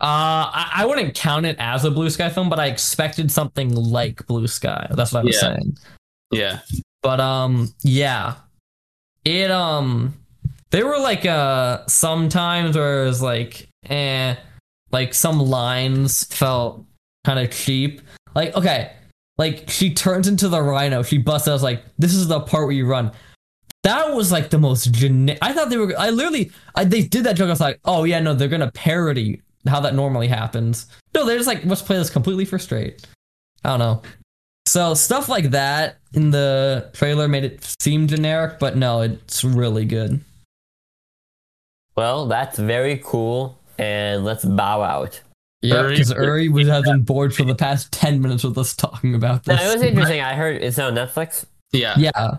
Speaker 1: Uh, I, I wouldn't count it as a Blue Sky film, but I expected something like Blue Sky. That's what I was
Speaker 2: Yeah.
Speaker 1: saying.
Speaker 2: Yeah,
Speaker 1: But um yeah. It um there were like uh some times where it was like eh like some lines felt kind of cheap. Like okay, like she turns into the rhino, she busts out I was like this is the part where you run. That was like the most generic. I thought they were I literally I, they did that joke I was like, "Oh yeah, no, they're going to parody how that normally happens." No, they're just like let's play this completely for straight. I don't know. So stuff like that in the trailer made it seem generic, but no, it's really good.
Speaker 3: Well, that's very cool. And let's bow out.
Speaker 1: Yeah,
Speaker 2: Uri-
Speaker 1: because Uri was has been bored for the past ten minutes with us talking about
Speaker 3: No,
Speaker 1: this.
Speaker 3: it was interesting. I heard it's on Netflix.
Speaker 2: Yeah,
Speaker 1: yeah,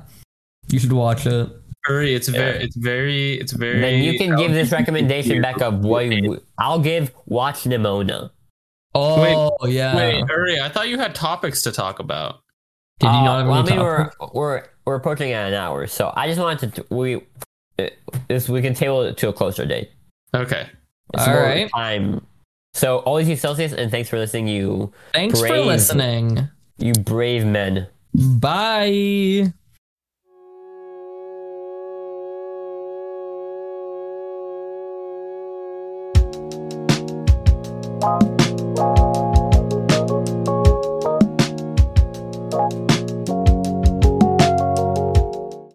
Speaker 1: you should watch it.
Speaker 2: Hurry, it's very,
Speaker 3: Yeah.
Speaker 2: it's very, it's very.
Speaker 3: Then you can give this recommendation back up. What
Speaker 2: Wait,
Speaker 3: you- I'll give Watch Nimona.
Speaker 1: Oh yeah.
Speaker 3: Uh,
Speaker 2: wait, Hurry, I thought you had topics to talk about.
Speaker 1: Did you not have
Speaker 3: well, I
Speaker 1: any
Speaker 3: mean, Uh, we're,
Speaker 1: topic?
Speaker 3: uh,
Speaker 2: Okay,
Speaker 3: It's
Speaker 1: All
Speaker 3: more
Speaker 1: right.
Speaker 3: time. So always use Celsius, and thanks for listening, you
Speaker 1: Thanks for
Speaker 3: brave.
Speaker 1: listening.
Speaker 3: you brave men.
Speaker 1: Bye.